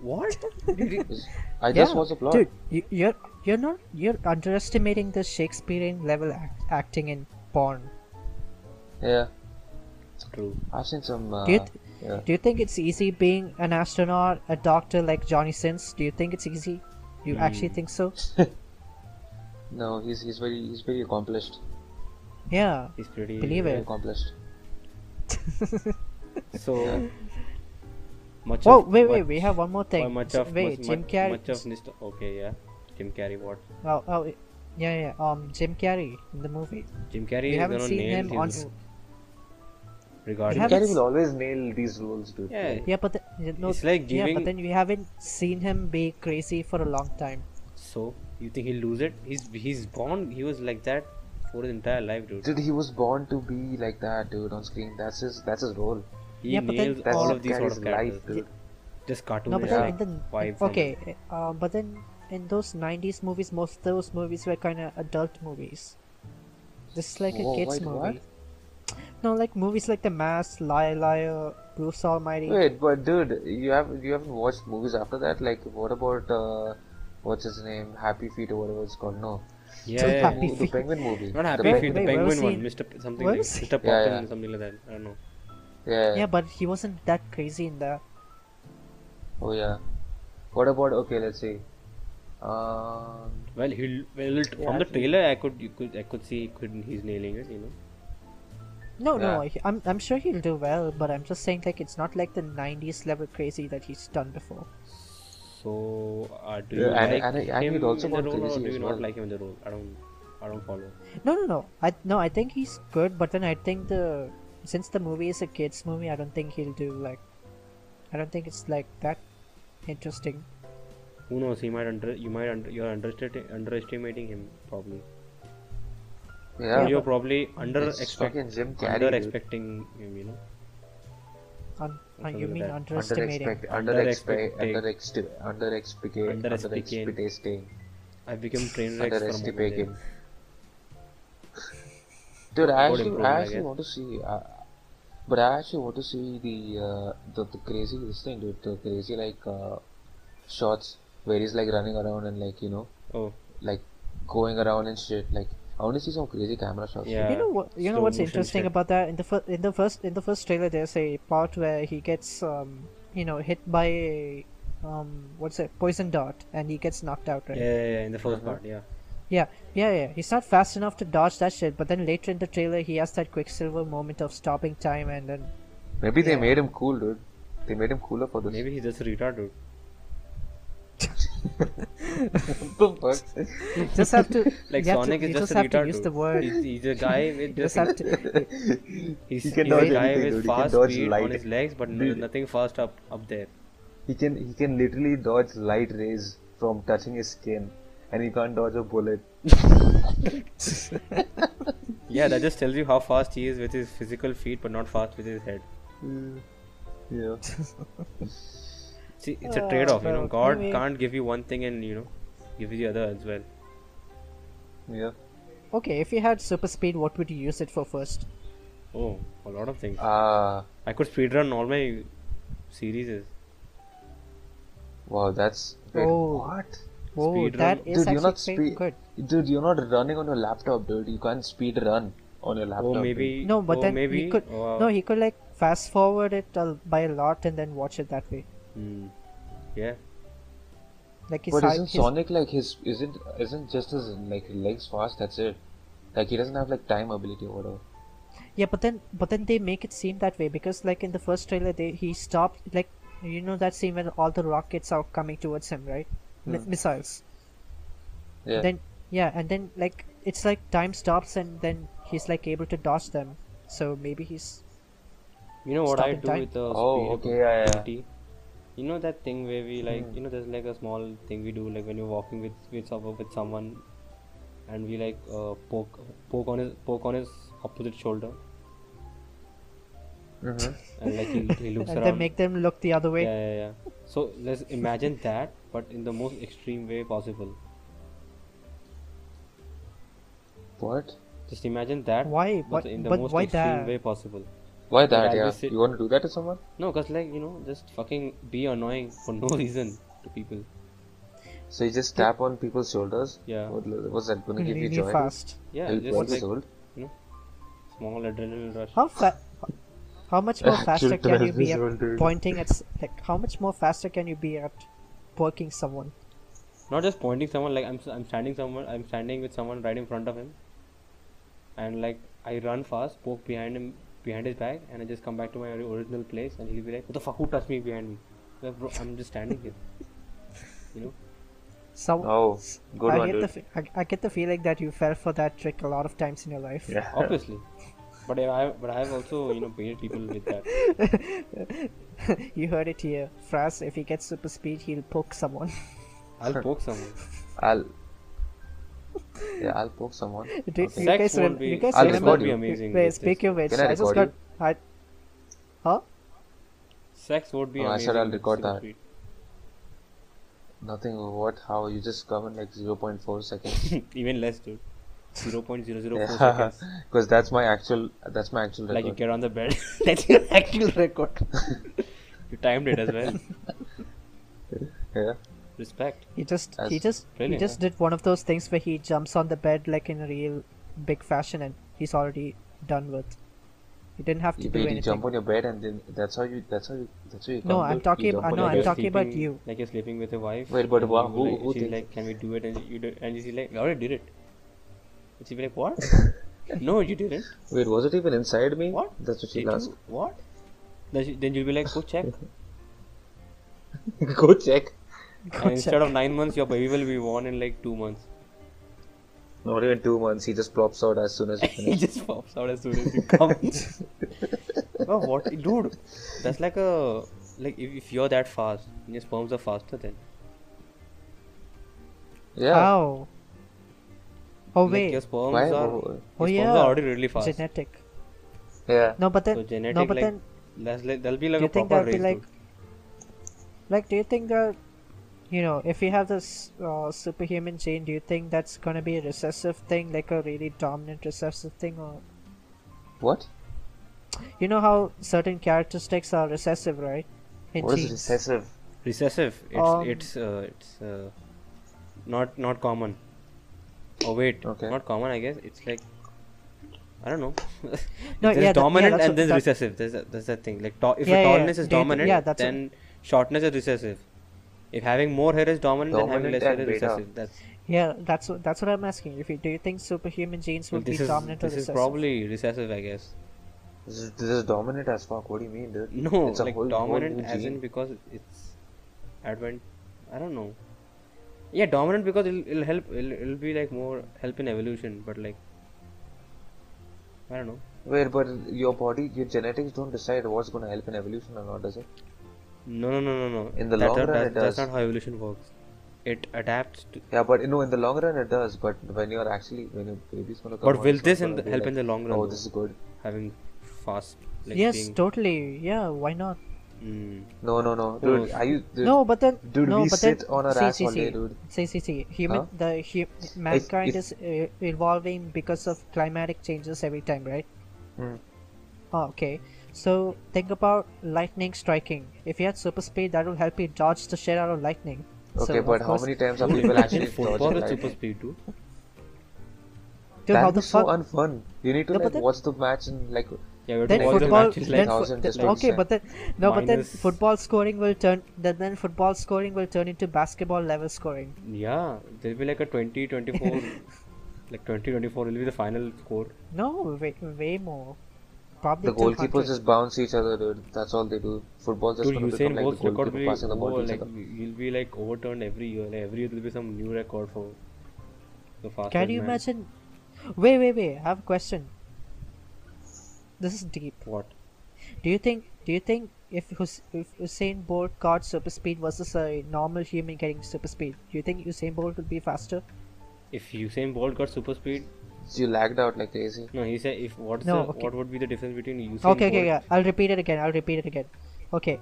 Speaker 1: What?
Speaker 2: I just
Speaker 3: Yeah,
Speaker 2: watched the plot.
Speaker 3: Dude, you, you're you're not you're underestimating the Shakespearean level act, acting in Bond.
Speaker 2: Yeah,
Speaker 1: True.
Speaker 2: I've seen some. Uh,
Speaker 3: Do you th-
Speaker 2: Yeah.
Speaker 3: Do you think it's easy being an astronaut, a doctor like Johnny Sins? Do you think it's easy? Do you
Speaker 1: Hmm.
Speaker 3: actually think so?
Speaker 2: No, he's he's very he's very accomplished.
Speaker 3: Yeah.
Speaker 1: He's pretty.
Speaker 3: Believe
Speaker 2: Very
Speaker 3: it.
Speaker 2: accomplished.
Speaker 1: So much.
Speaker 3: Oh
Speaker 1: of,
Speaker 3: wait, wait,
Speaker 1: much-
Speaker 3: we have one more
Speaker 1: uh,
Speaker 3: thing.
Speaker 1: Much
Speaker 3: So-
Speaker 1: of
Speaker 3: wait,
Speaker 1: much,
Speaker 3: Jim
Speaker 1: much-
Speaker 3: Carrey.
Speaker 1: Much of Nist- okay, yeah. Jim Carrey, what?
Speaker 3: oh, oh, yeah, yeah. yeah, Um, Jim Carrey in the movie.
Speaker 1: Jim Carrey
Speaker 3: We
Speaker 1: is
Speaker 3: haven't
Speaker 1: gonna
Speaker 3: seen
Speaker 1: nail
Speaker 3: him on.
Speaker 1: his
Speaker 3: s-
Speaker 1: regarding.
Speaker 3: We haven't
Speaker 2: Carrey
Speaker 3: s-
Speaker 2: will always nail these roles, dude.
Speaker 1: Yeah,
Speaker 3: Yeah, but the, you know,
Speaker 1: It's like
Speaker 3: yeah,
Speaker 1: giving-
Speaker 3: but then we haven't seen him be crazy for a long time.
Speaker 1: So you think he'll lose it? He's he's born. He was like that for his entire life, dude.
Speaker 2: Dude, he was born to be like that, dude, on screen. That's his that's his role.
Speaker 1: He
Speaker 3: Yeah, but then
Speaker 1: nails
Speaker 3: That's
Speaker 1: all
Speaker 2: Jim
Speaker 1: of these sort
Speaker 2: Carrey's
Speaker 1: of
Speaker 2: life,
Speaker 1: characters.
Speaker 2: dude.
Speaker 1: Just cartoon.
Speaker 3: No, but
Speaker 2: Yeah.
Speaker 3: then in the
Speaker 1: Vibe from
Speaker 3: okay, uh, but then in those '90s movies, most of those movies were kind of adult movies. This is like
Speaker 2: Whoa,
Speaker 3: a kids
Speaker 2: wait, what?
Speaker 3: movie. No, like movies like The Mask, Liar Liar, Bruce Almighty.
Speaker 2: Wait, but dude, you have you haven't watched movies after that? Like, what about uh, what's his name, Happy Feet or whatever it's called? No,
Speaker 1: yeah,
Speaker 3: Too
Speaker 1: yeah.
Speaker 3: happy.
Speaker 2: the
Speaker 3: Feet.
Speaker 2: Penguin movie.
Speaker 1: Not happy
Speaker 2: the
Speaker 1: feet.
Speaker 2: Penguin
Speaker 1: The
Speaker 3: Wait, where
Speaker 1: penguin
Speaker 3: was
Speaker 1: one,
Speaker 3: he?
Speaker 1: Mr. P- something,
Speaker 3: Where
Speaker 1: like,
Speaker 3: was he?
Speaker 1: Mr. Poppin,
Speaker 2: Yeah, yeah.
Speaker 1: something like that. I don't know.
Speaker 2: Yeah.
Speaker 3: Yeah, but he wasn't that crazy in that.
Speaker 2: Oh yeah. What about okay? Let's see. Um,
Speaker 1: Well, he'll well it- from the trailer, I could you could I could see he could he's nailing it. You know.
Speaker 3: No, no,
Speaker 2: Yeah.
Speaker 3: he- I'm, I'm sure he'll do well, but I'm just saying, like, it's not like the 90s level crazy that he's done before.
Speaker 1: So uh, do
Speaker 2: Yeah,
Speaker 1: you
Speaker 2: and-
Speaker 1: like
Speaker 2: and- and
Speaker 1: him
Speaker 2: he'd also
Speaker 1: in the
Speaker 2: got
Speaker 1: role, or
Speaker 2: crazy
Speaker 1: do
Speaker 2: as
Speaker 1: you not
Speaker 2: well.
Speaker 1: like him in the role? I don't. I don't follow.
Speaker 3: No, no, no. I no, I think he's good, but then I think the since the movie is a kids movie, I don't think he'll do like. I don't think it's like that interesting.
Speaker 1: Who knows? He might under you might under, you're underestimating underestimating him probably.
Speaker 2: yeah.
Speaker 1: or you're probably under
Speaker 2: It's fucking Jim Carrey,
Speaker 1: under
Speaker 2: dude.
Speaker 1: expecting him. You know.
Speaker 3: Un- uh,
Speaker 1: Something
Speaker 3: you
Speaker 1: like
Speaker 3: mean
Speaker 1: that.
Speaker 3: underestimating?
Speaker 2: under
Speaker 1: Underexpecting.
Speaker 2: expect, under expect, under expecting, under
Speaker 1: Underexpecting.
Speaker 2: expecting,
Speaker 1: I become train wrecks
Speaker 2: under
Speaker 1: for a moment.
Speaker 2: expecting.
Speaker 1: there. Good
Speaker 2: Dude, I actually,
Speaker 1: improvement, I
Speaker 2: I actually
Speaker 1: guess.
Speaker 2: want to see, uh, but I actually want to see the uh, the, the crazy this thing, dude. The crazy like uh, shots where he's like running around and like you know,
Speaker 1: Oh,
Speaker 2: like going around and shit. Like I want to see some crazy camera shots. dude.
Speaker 1: Yeah.
Speaker 3: you know what? You know
Speaker 1: slow
Speaker 3: what's
Speaker 1: motion
Speaker 3: interesting
Speaker 1: shit.
Speaker 3: about that? In the first, in the first, in the first trailer, there's a part where he gets, um, you know, hit by, a, um, what's it, poison dart, and he gets knocked out. Right?
Speaker 1: yeah, yeah, yeah, in the 1st
Speaker 2: Uh-huh.
Speaker 1: part, yeah.
Speaker 3: Yeah, yeah, yeah. He's not fast enough to dodge that shit, but then later in the trailer, he has that Quicksilver moment of stopping time, and then
Speaker 2: Maybe they made him cool, dude. They made him cooler for this.
Speaker 1: Maybe he's just retarded.
Speaker 2: [LAUGHS] What the fuck?
Speaker 3: just have to
Speaker 1: [LAUGHS] Like
Speaker 3: you have
Speaker 1: Sonic
Speaker 3: to,
Speaker 1: is
Speaker 3: you
Speaker 1: just,
Speaker 3: just
Speaker 1: a
Speaker 3: have
Speaker 1: retard.
Speaker 3: to use the
Speaker 1: dude. [LAUGHS]
Speaker 3: word.
Speaker 1: He's, he's a guy with
Speaker 3: [LAUGHS] You just
Speaker 1: just
Speaker 3: have
Speaker 1: [LAUGHS]
Speaker 3: to.
Speaker 1: he's,
Speaker 2: He
Speaker 1: he's
Speaker 2: can
Speaker 1: a
Speaker 2: dodge
Speaker 1: guy
Speaker 2: anything,
Speaker 1: with
Speaker 2: dude. He can
Speaker 1: fast
Speaker 2: dodge
Speaker 1: speed on
Speaker 2: light.
Speaker 1: his legs, but no,
Speaker 2: Dude.
Speaker 1: nothing fast up up there.
Speaker 2: He can he can literally dodge light rays from touching his skin, and he can't dodge a bullet.
Speaker 1: Yeah, that just tells you how fast he is with his physical feet, but not fast with his head.
Speaker 2: Yeah. [LAUGHS]
Speaker 1: See, it's a
Speaker 3: Ah,
Speaker 1: trade-off. You know,
Speaker 3: well,
Speaker 1: God
Speaker 3: anyway.
Speaker 1: can't give you one thing and you know, give you the other as well.
Speaker 2: yeah.
Speaker 3: Okay, if you had super speed, what would you use it for first?
Speaker 1: Oh, a lot of things.
Speaker 2: Ah,
Speaker 1: I could speedrun all my series.
Speaker 2: wow, that's wait,
Speaker 3: Oh.
Speaker 2: what?
Speaker 3: Oh,
Speaker 1: Speed
Speaker 3: that
Speaker 1: run.
Speaker 2: dude,
Speaker 3: is
Speaker 2: you're
Speaker 3: actually
Speaker 2: not
Speaker 3: pretty
Speaker 2: speed.
Speaker 3: good.
Speaker 2: Dude, you're not running on your laptop, dude. You can't speed run on your laptop.
Speaker 1: Oh,
Speaker 2: dude.
Speaker 1: maybe.
Speaker 3: No, but
Speaker 1: oh,
Speaker 3: then
Speaker 1: maybe.
Speaker 3: he could
Speaker 1: oh,
Speaker 3: no, he could like fast forward it uh, by a lot and then watch it that way.
Speaker 1: hmm. Yeah.
Speaker 3: Like his
Speaker 2: But
Speaker 3: high-
Speaker 2: isn't
Speaker 3: his-
Speaker 2: Sonic like his? Isn't isn't just his like legs fast? That's it. Like he doesn't have like time ability or whatever.
Speaker 3: Yeah, but then but then they make it seem that way because like in the first trailer they he stopped like you know that scene when all the rockets are coming towards him, right? Mi-
Speaker 2: Hmm.
Speaker 3: missiles.
Speaker 2: Yeah.
Speaker 3: Then yeah, and then like it's like time stops and then he's like able to dodge them. So maybe he's
Speaker 1: You know what
Speaker 3: Stop
Speaker 1: I
Speaker 3: in
Speaker 1: do
Speaker 3: time?
Speaker 1: with the
Speaker 2: Oh,
Speaker 1: speed
Speaker 2: okay, yeah, yeah.
Speaker 1: ability? You know that thing where we like,
Speaker 3: Hmm.
Speaker 1: you know, there's like a small thing we do like when you're walking with with, some- with someone, and we like uh, poke poke on his poke on his opposite shoulder,
Speaker 2: Mm-hmm.
Speaker 1: and like he, he looks
Speaker 3: and
Speaker 1: around.
Speaker 3: then uh, make them look the other way.
Speaker 1: yeah, yeah, yeah. So let's imagine that, but in the most extreme way possible.
Speaker 2: What?
Speaker 1: Just imagine that.
Speaker 3: Why?
Speaker 1: But
Speaker 3: But-
Speaker 1: in the
Speaker 3: but
Speaker 1: most
Speaker 3: why
Speaker 1: extreme
Speaker 3: that?
Speaker 1: way possible.
Speaker 2: Why
Speaker 1: I
Speaker 2: that? Yeah.
Speaker 1: just said-
Speaker 2: You want to do that to someone?
Speaker 1: No, cause like you know, just fucking be annoying for no [LAUGHS] reason to people.
Speaker 2: So you just tap on people's shoulders.
Speaker 1: Yeah.
Speaker 2: What, what's that gonna give you
Speaker 3: Really
Speaker 2: joy?
Speaker 3: fast.
Speaker 1: Yeah,
Speaker 2: Help
Speaker 1: just
Speaker 2: one
Speaker 1: like
Speaker 2: soul?
Speaker 1: you know, small adrenaline rush.
Speaker 3: How fa- How much
Speaker 2: [LAUGHS]
Speaker 3: more faster
Speaker 2: Actual
Speaker 3: can you be at
Speaker 2: transmission, dude.
Speaker 3: pointing at s- like how much more faster can you be at poking someone?
Speaker 1: Not just pointing someone like I'm s- I'm standing someone I'm standing with someone right in front of him, and like I run fast, poke behind him behind his back, and I just come back to my ori- original place, and he'll be like, "What the fuck? Who touched me behind me? Like, bro, I'm just standing here." You
Speaker 2: [LAUGHS]
Speaker 1: know?
Speaker 3: Some
Speaker 2: Oh, good
Speaker 3: I
Speaker 2: one,
Speaker 3: get
Speaker 2: dude.
Speaker 3: the fe- I, I get the feeling that you fell for that trick a lot of times in your life.
Speaker 2: yeah.
Speaker 1: Obviously. But I I- but I have also you know baited people with that.
Speaker 3: [LAUGHS] you heard it here. Fras, if he gets super speed, he'll poke someone.
Speaker 1: I'll poke someone.
Speaker 2: I'll. Yeah, I'll poke someone.
Speaker 3: Do,
Speaker 2: Okay.
Speaker 3: you
Speaker 1: Sex
Speaker 3: guys,
Speaker 1: won't
Speaker 3: rem-
Speaker 1: be-
Speaker 3: you guys
Speaker 2: I'll
Speaker 3: remember?
Speaker 2: record you.
Speaker 1: Amazing
Speaker 3: Wait,
Speaker 1: with
Speaker 3: speak
Speaker 1: this.
Speaker 3: of which,
Speaker 2: Can I
Speaker 3: I just got.
Speaker 2: record
Speaker 3: I, huh?
Speaker 1: Sex would be
Speaker 2: Oh, I
Speaker 1: amazing.
Speaker 2: said I'll
Speaker 1: with
Speaker 2: record
Speaker 1: super
Speaker 2: that.
Speaker 1: speed.
Speaker 2: Nothing. What? How? You just come in like 0.4 seconds. [LAUGHS]
Speaker 1: [LAUGHS] Even less, dude. Zero point zero zero four
Speaker 2: Because
Speaker 1: seconds.
Speaker 2: that's my actual. That's my actual
Speaker 1: Like you
Speaker 2: record.
Speaker 1: get on the bed. [LAUGHS] That's your actual record. you timed it as well.
Speaker 2: [LAUGHS] yeah.
Speaker 1: Respect.
Speaker 3: He just he
Speaker 2: That's
Speaker 3: just he
Speaker 1: brilliant,
Speaker 3: just did one of those things where he jumps on the bed like in a real big fashion, and he's already done with. He didn't have to
Speaker 2: You,
Speaker 3: do
Speaker 2: wait, you jump
Speaker 3: [LAUGHS] anything.
Speaker 2: on your bed and then that's how you. That's how you. That's how you.
Speaker 3: No,
Speaker 2: come,
Speaker 3: I'm
Speaker 2: dude.
Speaker 3: talking-
Speaker 2: You jump
Speaker 3: I
Speaker 2: on
Speaker 3: know,
Speaker 2: your
Speaker 3: I'm
Speaker 1: you're
Speaker 2: bed.
Speaker 3: talking about
Speaker 1: sleeping-
Speaker 3: you.
Speaker 1: Like you're sleeping with your wife.
Speaker 2: Wait, but
Speaker 1: and
Speaker 2: wha-
Speaker 1: you
Speaker 2: who-
Speaker 1: like,
Speaker 2: who
Speaker 1: she's
Speaker 2: thinks-
Speaker 1: like, can we do it? And you do, and she's like, I already did it. And she'll be like, what?
Speaker 2: [LAUGHS]
Speaker 1: no, you didn't.
Speaker 2: Wait, was it even inside me?
Speaker 1: What?
Speaker 2: That's what she
Speaker 1: Did
Speaker 2: asked.
Speaker 1: you? What? Then, she, then you'll be like, go check.
Speaker 2: [LAUGHS] Go check.
Speaker 1: and instead of nine months, your baby will be born in like two months.
Speaker 2: [LAUGHS] Not even two months. He just plops out as soon as you
Speaker 3: [LAUGHS]
Speaker 1: he
Speaker 2: finish.
Speaker 1: just pops out as soon as you come. [LAUGHS] oh, what, dude? That's like a like if, if you're that fast, your sperms are faster then.
Speaker 2: yeah.
Speaker 3: Ow. Oh
Speaker 1: like
Speaker 3: wait.
Speaker 1: your sperms
Speaker 2: Why?
Speaker 1: are
Speaker 2: Why-
Speaker 1: your
Speaker 3: Oh
Speaker 1: sperms
Speaker 3: yeah.
Speaker 1: are already really fast.
Speaker 3: Genetic.
Speaker 2: Yeah.
Speaker 3: No, but then
Speaker 1: so genetic
Speaker 3: no, but
Speaker 1: like,
Speaker 3: then
Speaker 1: that's like that'll be like
Speaker 3: do you
Speaker 1: a
Speaker 3: think
Speaker 1: proper
Speaker 3: that'd be
Speaker 1: race,
Speaker 3: like,
Speaker 1: dude.
Speaker 3: like, do you think that, you know, if you have this uh, superhuman gene, do you think that's gonna be a recessive thing, like a really dominant recessive thing, or
Speaker 2: What?
Speaker 3: you know how certain characteristics are recessive, right? In
Speaker 2: What is
Speaker 3: genes.
Speaker 2: recessive?
Speaker 1: recessive. It's
Speaker 3: Um,
Speaker 1: it's uh, it's uh, not not common. Oh wait,
Speaker 2: Okay.
Speaker 1: not common. I guess it's like I don't know. [LAUGHS]
Speaker 3: No,
Speaker 1: there's
Speaker 3: yeah, that- yeah,
Speaker 1: dominant
Speaker 3: that's
Speaker 1: and
Speaker 3: what-
Speaker 1: there's
Speaker 3: that-
Speaker 1: recessive. There's a, there's that thing. Like to- if
Speaker 3: Yeah,
Speaker 1: your
Speaker 3: yeah, yeah.
Speaker 1: tallness is
Speaker 3: Do you thi-
Speaker 1: dominant,
Speaker 3: yeah, that's what-
Speaker 1: then shortness is recessive. If having more hair is dominant, then having
Speaker 2: Dominant
Speaker 1: less hair
Speaker 2: and
Speaker 1: is
Speaker 2: beta.
Speaker 1: recessive. That's
Speaker 3: Yeah, that's what that's what I'm asking. If you do you think superhuman genes will
Speaker 1: this
Speaker 3: be
Speaker 1: is
Speaker 3: dominant or
Speaker 1: this is
Speaker 3: recessive?
Speaker 1: probably recessive, I guess.
Speaker 2: This is, this is dominant as fuck. What do you mean, dude?
Speaker 1: No,
Speaker 2: It's a
Speaker 1: like
Speaker 2: whole- whole
Speaker 1: dominant
Speaker 2: new
Speaker 1: as in
Speaker 2: gene.
Speaker 1: because it's advent. I don't know. Yeah, dominant because it'll, it'll help. It'll, it'll be like more help in evolution, but like I don't know.
Speaker 2: Wait, but your body, your genetics don't decide what's going to help in evolution or not, does it?
Speaker 1: No, no, no, no, no.
Speaker 2: In the
Speaker 1: That-
Speaker 2: long
Speaker 1: that-
Speaker 2: run,
Speaker 1: that-
Speaker 2: it
Speaker 1: that's
Speaker 2: does.
Speaker 1: not how evolution works. It adapts to.
Speaker 2: Yeah, but you know, in the long run, it does. But when you're actually, when your baby's going to come,
Speaker 1: But
Speaker 2: out,
Speaker 1: will
Speaker 2: it's not
Speaker 1: this in
Speaker 2: gonna
Speaker 1: the-
Speaker 2: be
Speaker 1: help
Speaker 2: like,
Speaker 1: in the long run,
Speaker 2: Oh,
Speaker 1: though?
Speaker 2: this is good.
Speaker 1: having fast. Like
Speaker 3: yes,
Speaker 1: Being,
Speaker 3: totally. Yeah, why not?
Speaker 1: mm,
Speaker 2: No, no, no,
Speaker 1: No.
Speaker 2: dude. Are you? Dude,
Speaker 3: no, but then
Speaker 2: dude,
Speaker 3: no,
Speaker 2: we
Speaker 3: but then,
Speaker 2: sit on our
Speaker 3: see,
Speaker 2: ass
Speaker 3: see,
Speaker 2: all day,
Speaker 3: see,
Speaker 2: dude.
Speaker 3: See, see, see. Human,
Speaker 2: Huh?
Speaker 3: the hu- mankind
Speaker 2: if-
Speaker 3: is uh, evolving because of climatic changes every time, right?
Speaker 2: Hmm.
Speaker 3: Oh, okay. So think about lightning striking. If you had super speed, that will help you dodge the shit out of lightning.
Speaker 2: Okay,
Speaker 3: so,
Speaker 2: but how
Speaker 3: of course-
Speaker 2: many times are
Speaker 3: [LAUGHS]
Speaker 1: Dude, [LAUGHS]
Speaker 2: people
Speaker 1: imagine
Speaker 2: actually
Speaker 1: football
Speaker 2: dodging
Speaker 1: with super
Speaker 2: lightning?
Speaker 1: speed too.
Speaker 3: Dude, how
Speaker 2: That'd
Speaker 3: the
Speaker 2: be so
Speaker 3: fuck?
Speaker 2: unfun. You need to
Speaker 3: No, but
Speaker 2: like
Speaker 3: then-
Speaker 2: watch the match and like.
Speaker 1: Yeah, we have to
Speaker 3: then
Speaker 1: watch the
Speaker 3: football,
Speaker 1: matches
Speaker 3: then
Speaker 1: like.
Speaker 2: how-
Speaker 3: fo-
Speaker 2: 1000
Speaker 3: then-
Speaker 2: just like
Speaker 3: okay,
Speaker 2: that.
Speaker 3: but then no, but then
Speaker 1: Minus-
Speaker 3: football scoring will turn. Then then football scoring will turn into basketball level scoring.
Speaker 1: Yeah, there'll be like a 20,
Speaker 3: [LAUGHS]
Speaker 1: 24, like 20, 24 will be the final score.
Speaker 3: No, way, way more. Probably
Speaker 2: The
Speaker 3: till 100.
Speaker 2: goalkeepers just bounce each other, dude. That's all they do. Football just
Speaker 1: Dude,
Speaker 2: gonna
Speaker 1: Usain
Speaker 2: become like
Speaker 1: Bolt's
Speaker 2: the
Speaker 1: record will
Speaker 2: goalkeeper
Speaker 1: be
Speaker 2: passing the ball
Speaker 1: over,
Speaker 2: to each
Speaker 1: like
Speaker 2: other.
Speaker 1: will be like overturned every year. Like every year there'll be some new record for the fastest.
Speaker 3: Can you
Speaker 1: man.
Speaker 3: imagine? Wait, wait, wait. I have a question. This is deep.
Speaker 1: What?
Speaker 3: Do you think? Do you think if Hus- if Usain Bolt got super speed versus a normal human getting super speed, do you think Usain Bolt would be faster?
Speaker 1: If Usain Bolt got super speed,
Speaker 2: You lagged out like crazy.
Speaker 1: no, he said if what's
Speaker 3: No,
Speaker 1: the,
Speaker 3: okay.
Speaker 1: what would be the difference between Usain
Speaker 3: okay,
Speaker 1: Bolt?
Speaker 3: okay, yeah. I'll repeat it again. I'll repeat it again. Okay,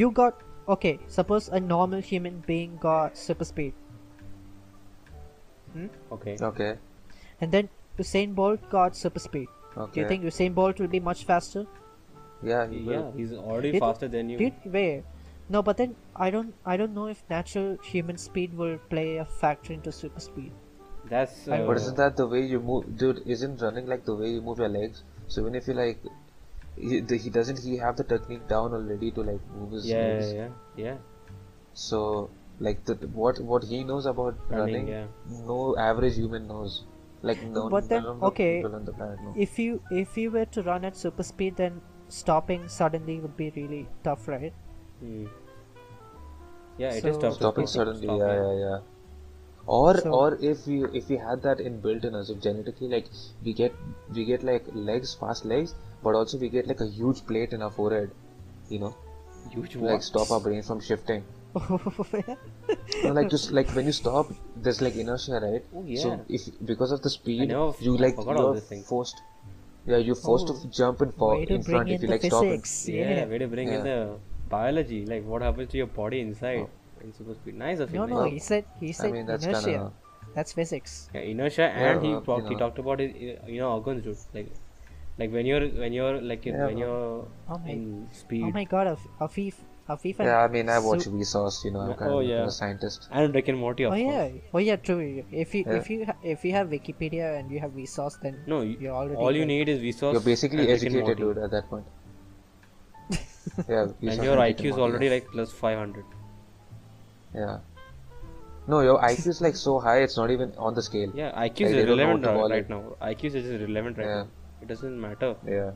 Speaker 3: you got okay. Suppose a normal human being got super speed, Hmm?
Speaker 1: Okay.
Speaker 2: Okay.
Speaker 3: and then Usain Bolt got super speed.
Speaker 2: Okay.
Speaker 3: Do you think Usain Bolt will be much faster?
Speaker 2: Yeah, he
Speaker 1: Yeah,
Speaker 2: will.
Speaker 1: he's already
Speaker 3: Dude,
Speaker 1: faster than you.
Speaker 3: Dude, wait. No, but then I don't I don't know if natural human speed will play a factor into super speed.
Speaker 1: That's uh,
Speaker 3: I-
Speaker 2: But isn't that the way you move, dude? Isn't running like the way you move your legs? So even if you like, he, the, he doesn't he have the technique down already to like move his
Speaker 1: Yeah,
Speaker 2: legs?
Speaker 1: yeah, yeah, yeah.
Speaker 2: So like the, the- what what he knows about
Speaker 1: Running,
Speaker 2: running,
Speaker 1: yeah.
Speaker 2: no average human knows. Like no,
Speaker 3: But then,
Speaker 2: none of the
Speaker 3: okay,
Speaker 2: people on the planet know.
Speaker 3: If you if you were to run at super speed, then stopping suddenly would be really tough, right? [LAUGHS]
Speaker 1: Hmm. Yeah, it is
Speaker 3: So-
Speaker 1: tough. to
Speaker 2: Stopping
Speaker 1: stop-
Speaker 2: suddenly,
Speaker 1: stop,
Speaker 2: yeah, yeah, yeah. Or
Speaker 3: So-
Speaker 2: or if we if we had that in built in us, if genetically like we get we get like legs, fast legs, but also we get like a huge plate in our forehead, you know,
Speaker 1: Huge
Speaker 2: to
Speaker 1: what?
Speaker 2: like stop our brain from shifting. You know, like
Speaker 1: [LAUGHS]
Speaker 2: just like when you stop, there's like inertia, right?
Speaker 1: Oh,
Speaker 2: So
Speaker 1: yeah.
Speaker 2: if because of the speed,
Speaker 1: never-
Speaker 2: you
Speaker 1: I
Speaker 2: like
Speaker 1: forgot all
Speaker 2: you're
Speaker 1: these things.
Speaker 2: forced. Yeah, you're forced
Speaker 3: Oh.
Speaker 2: to jump and fall
Speaker 3: Way to
Speaker 2: in
Speaker 3: bring
Speaker 2: front
Speaker 3: in
Speaker 2: if you
Speaker 3: the
Speaker 2: like stop. And,
Speaker 3: physics.
Speaker 1: Yeah,
Speaker 3: Yeah.
Speaker 1: way to bring in
Speaker 2: Yeah.
Speaker 1: the biology, like what happens to your body inside
Speaker 2: Oh.
Speaker 1: in super speed. Nice of him.
Speaker 3: No,
Speaker 1: nice.
Speaker 3: no. He said he said
Speaker 2: mean, that's
Speaker 3: inertia.
Speaker 2: kinda-
Speaker 3: That's physics.
Speaker 1: Yeah, inertia, and he
Speaker 2: uh,
Speaker 1: talked. He
Speaker 2: yeah.
Speaker 1: talked about his, you know, organs, dude. Like, like when you're, when you're, like, in-
Speaker 2: Yeah,
Speaker 1: when you're
Speaker 3: Oh my-
Speaker 1: in speed.
Speaker 3: Oh my God, Af- Afif, Afif. and
Speaker 2: yeah, I mean I watch
Speaker 3: Su-
Speaker 2: Vsauce, you know, I'm
Speaker 1: Yeah,
Speaker 2: kind
Speaker 1: oh,
Speaker 2: of
Speaker 1: yeah.
Speaker 2: a scientist.
Speaker 1: And Rick and Morty, of
Speaker 3: Oh
Speaker 1: course.
Speaker 3: yeah, oh yeah, true. If you
Speaker 2: Yeah.
Speaker 3: if you ha- if you have Wikipedia and you have Vsauce, then
Speaker 1: No, you,
Speaker 3: You're already
Speaker 1: all you
Speaker 3: like-
Speaker 1: need is resource.
Speaker 2: You're basically
Speaker 1: and Rick and
Speaker 2: educated,
Speaker 1: Morty.
Speaker 2: dude, at that
Speaker 3: [LAUGHS]
Speaker 2: point. yeah, you
Speaker 1: And
Speaker 2: sound
Speaker 1: your
Speaker 2: educated
Speaker 1: IQ is
Speaker 2: more,
Speaker 1: already like plus 500.
Speaker 2: Yeah. Yeah. No, your IQ is like so high, it's not even on the scale.
Speaker 1: Yeah, IQ
Speaker 2: Like,
Speaker 1: is
Speaker 2: they don't know
Speaker 1: irrelevant
Speaker 2: what to
Speaker 1: right,
Speaker 2: call
Speaker 1: right now.
Speaker 2: it.
Speaker 1: IQ is just irrelevant right
Speaker 2: Yeah.
Speaker 1: now. It doesn't matter.
Speaker 2: Yeah.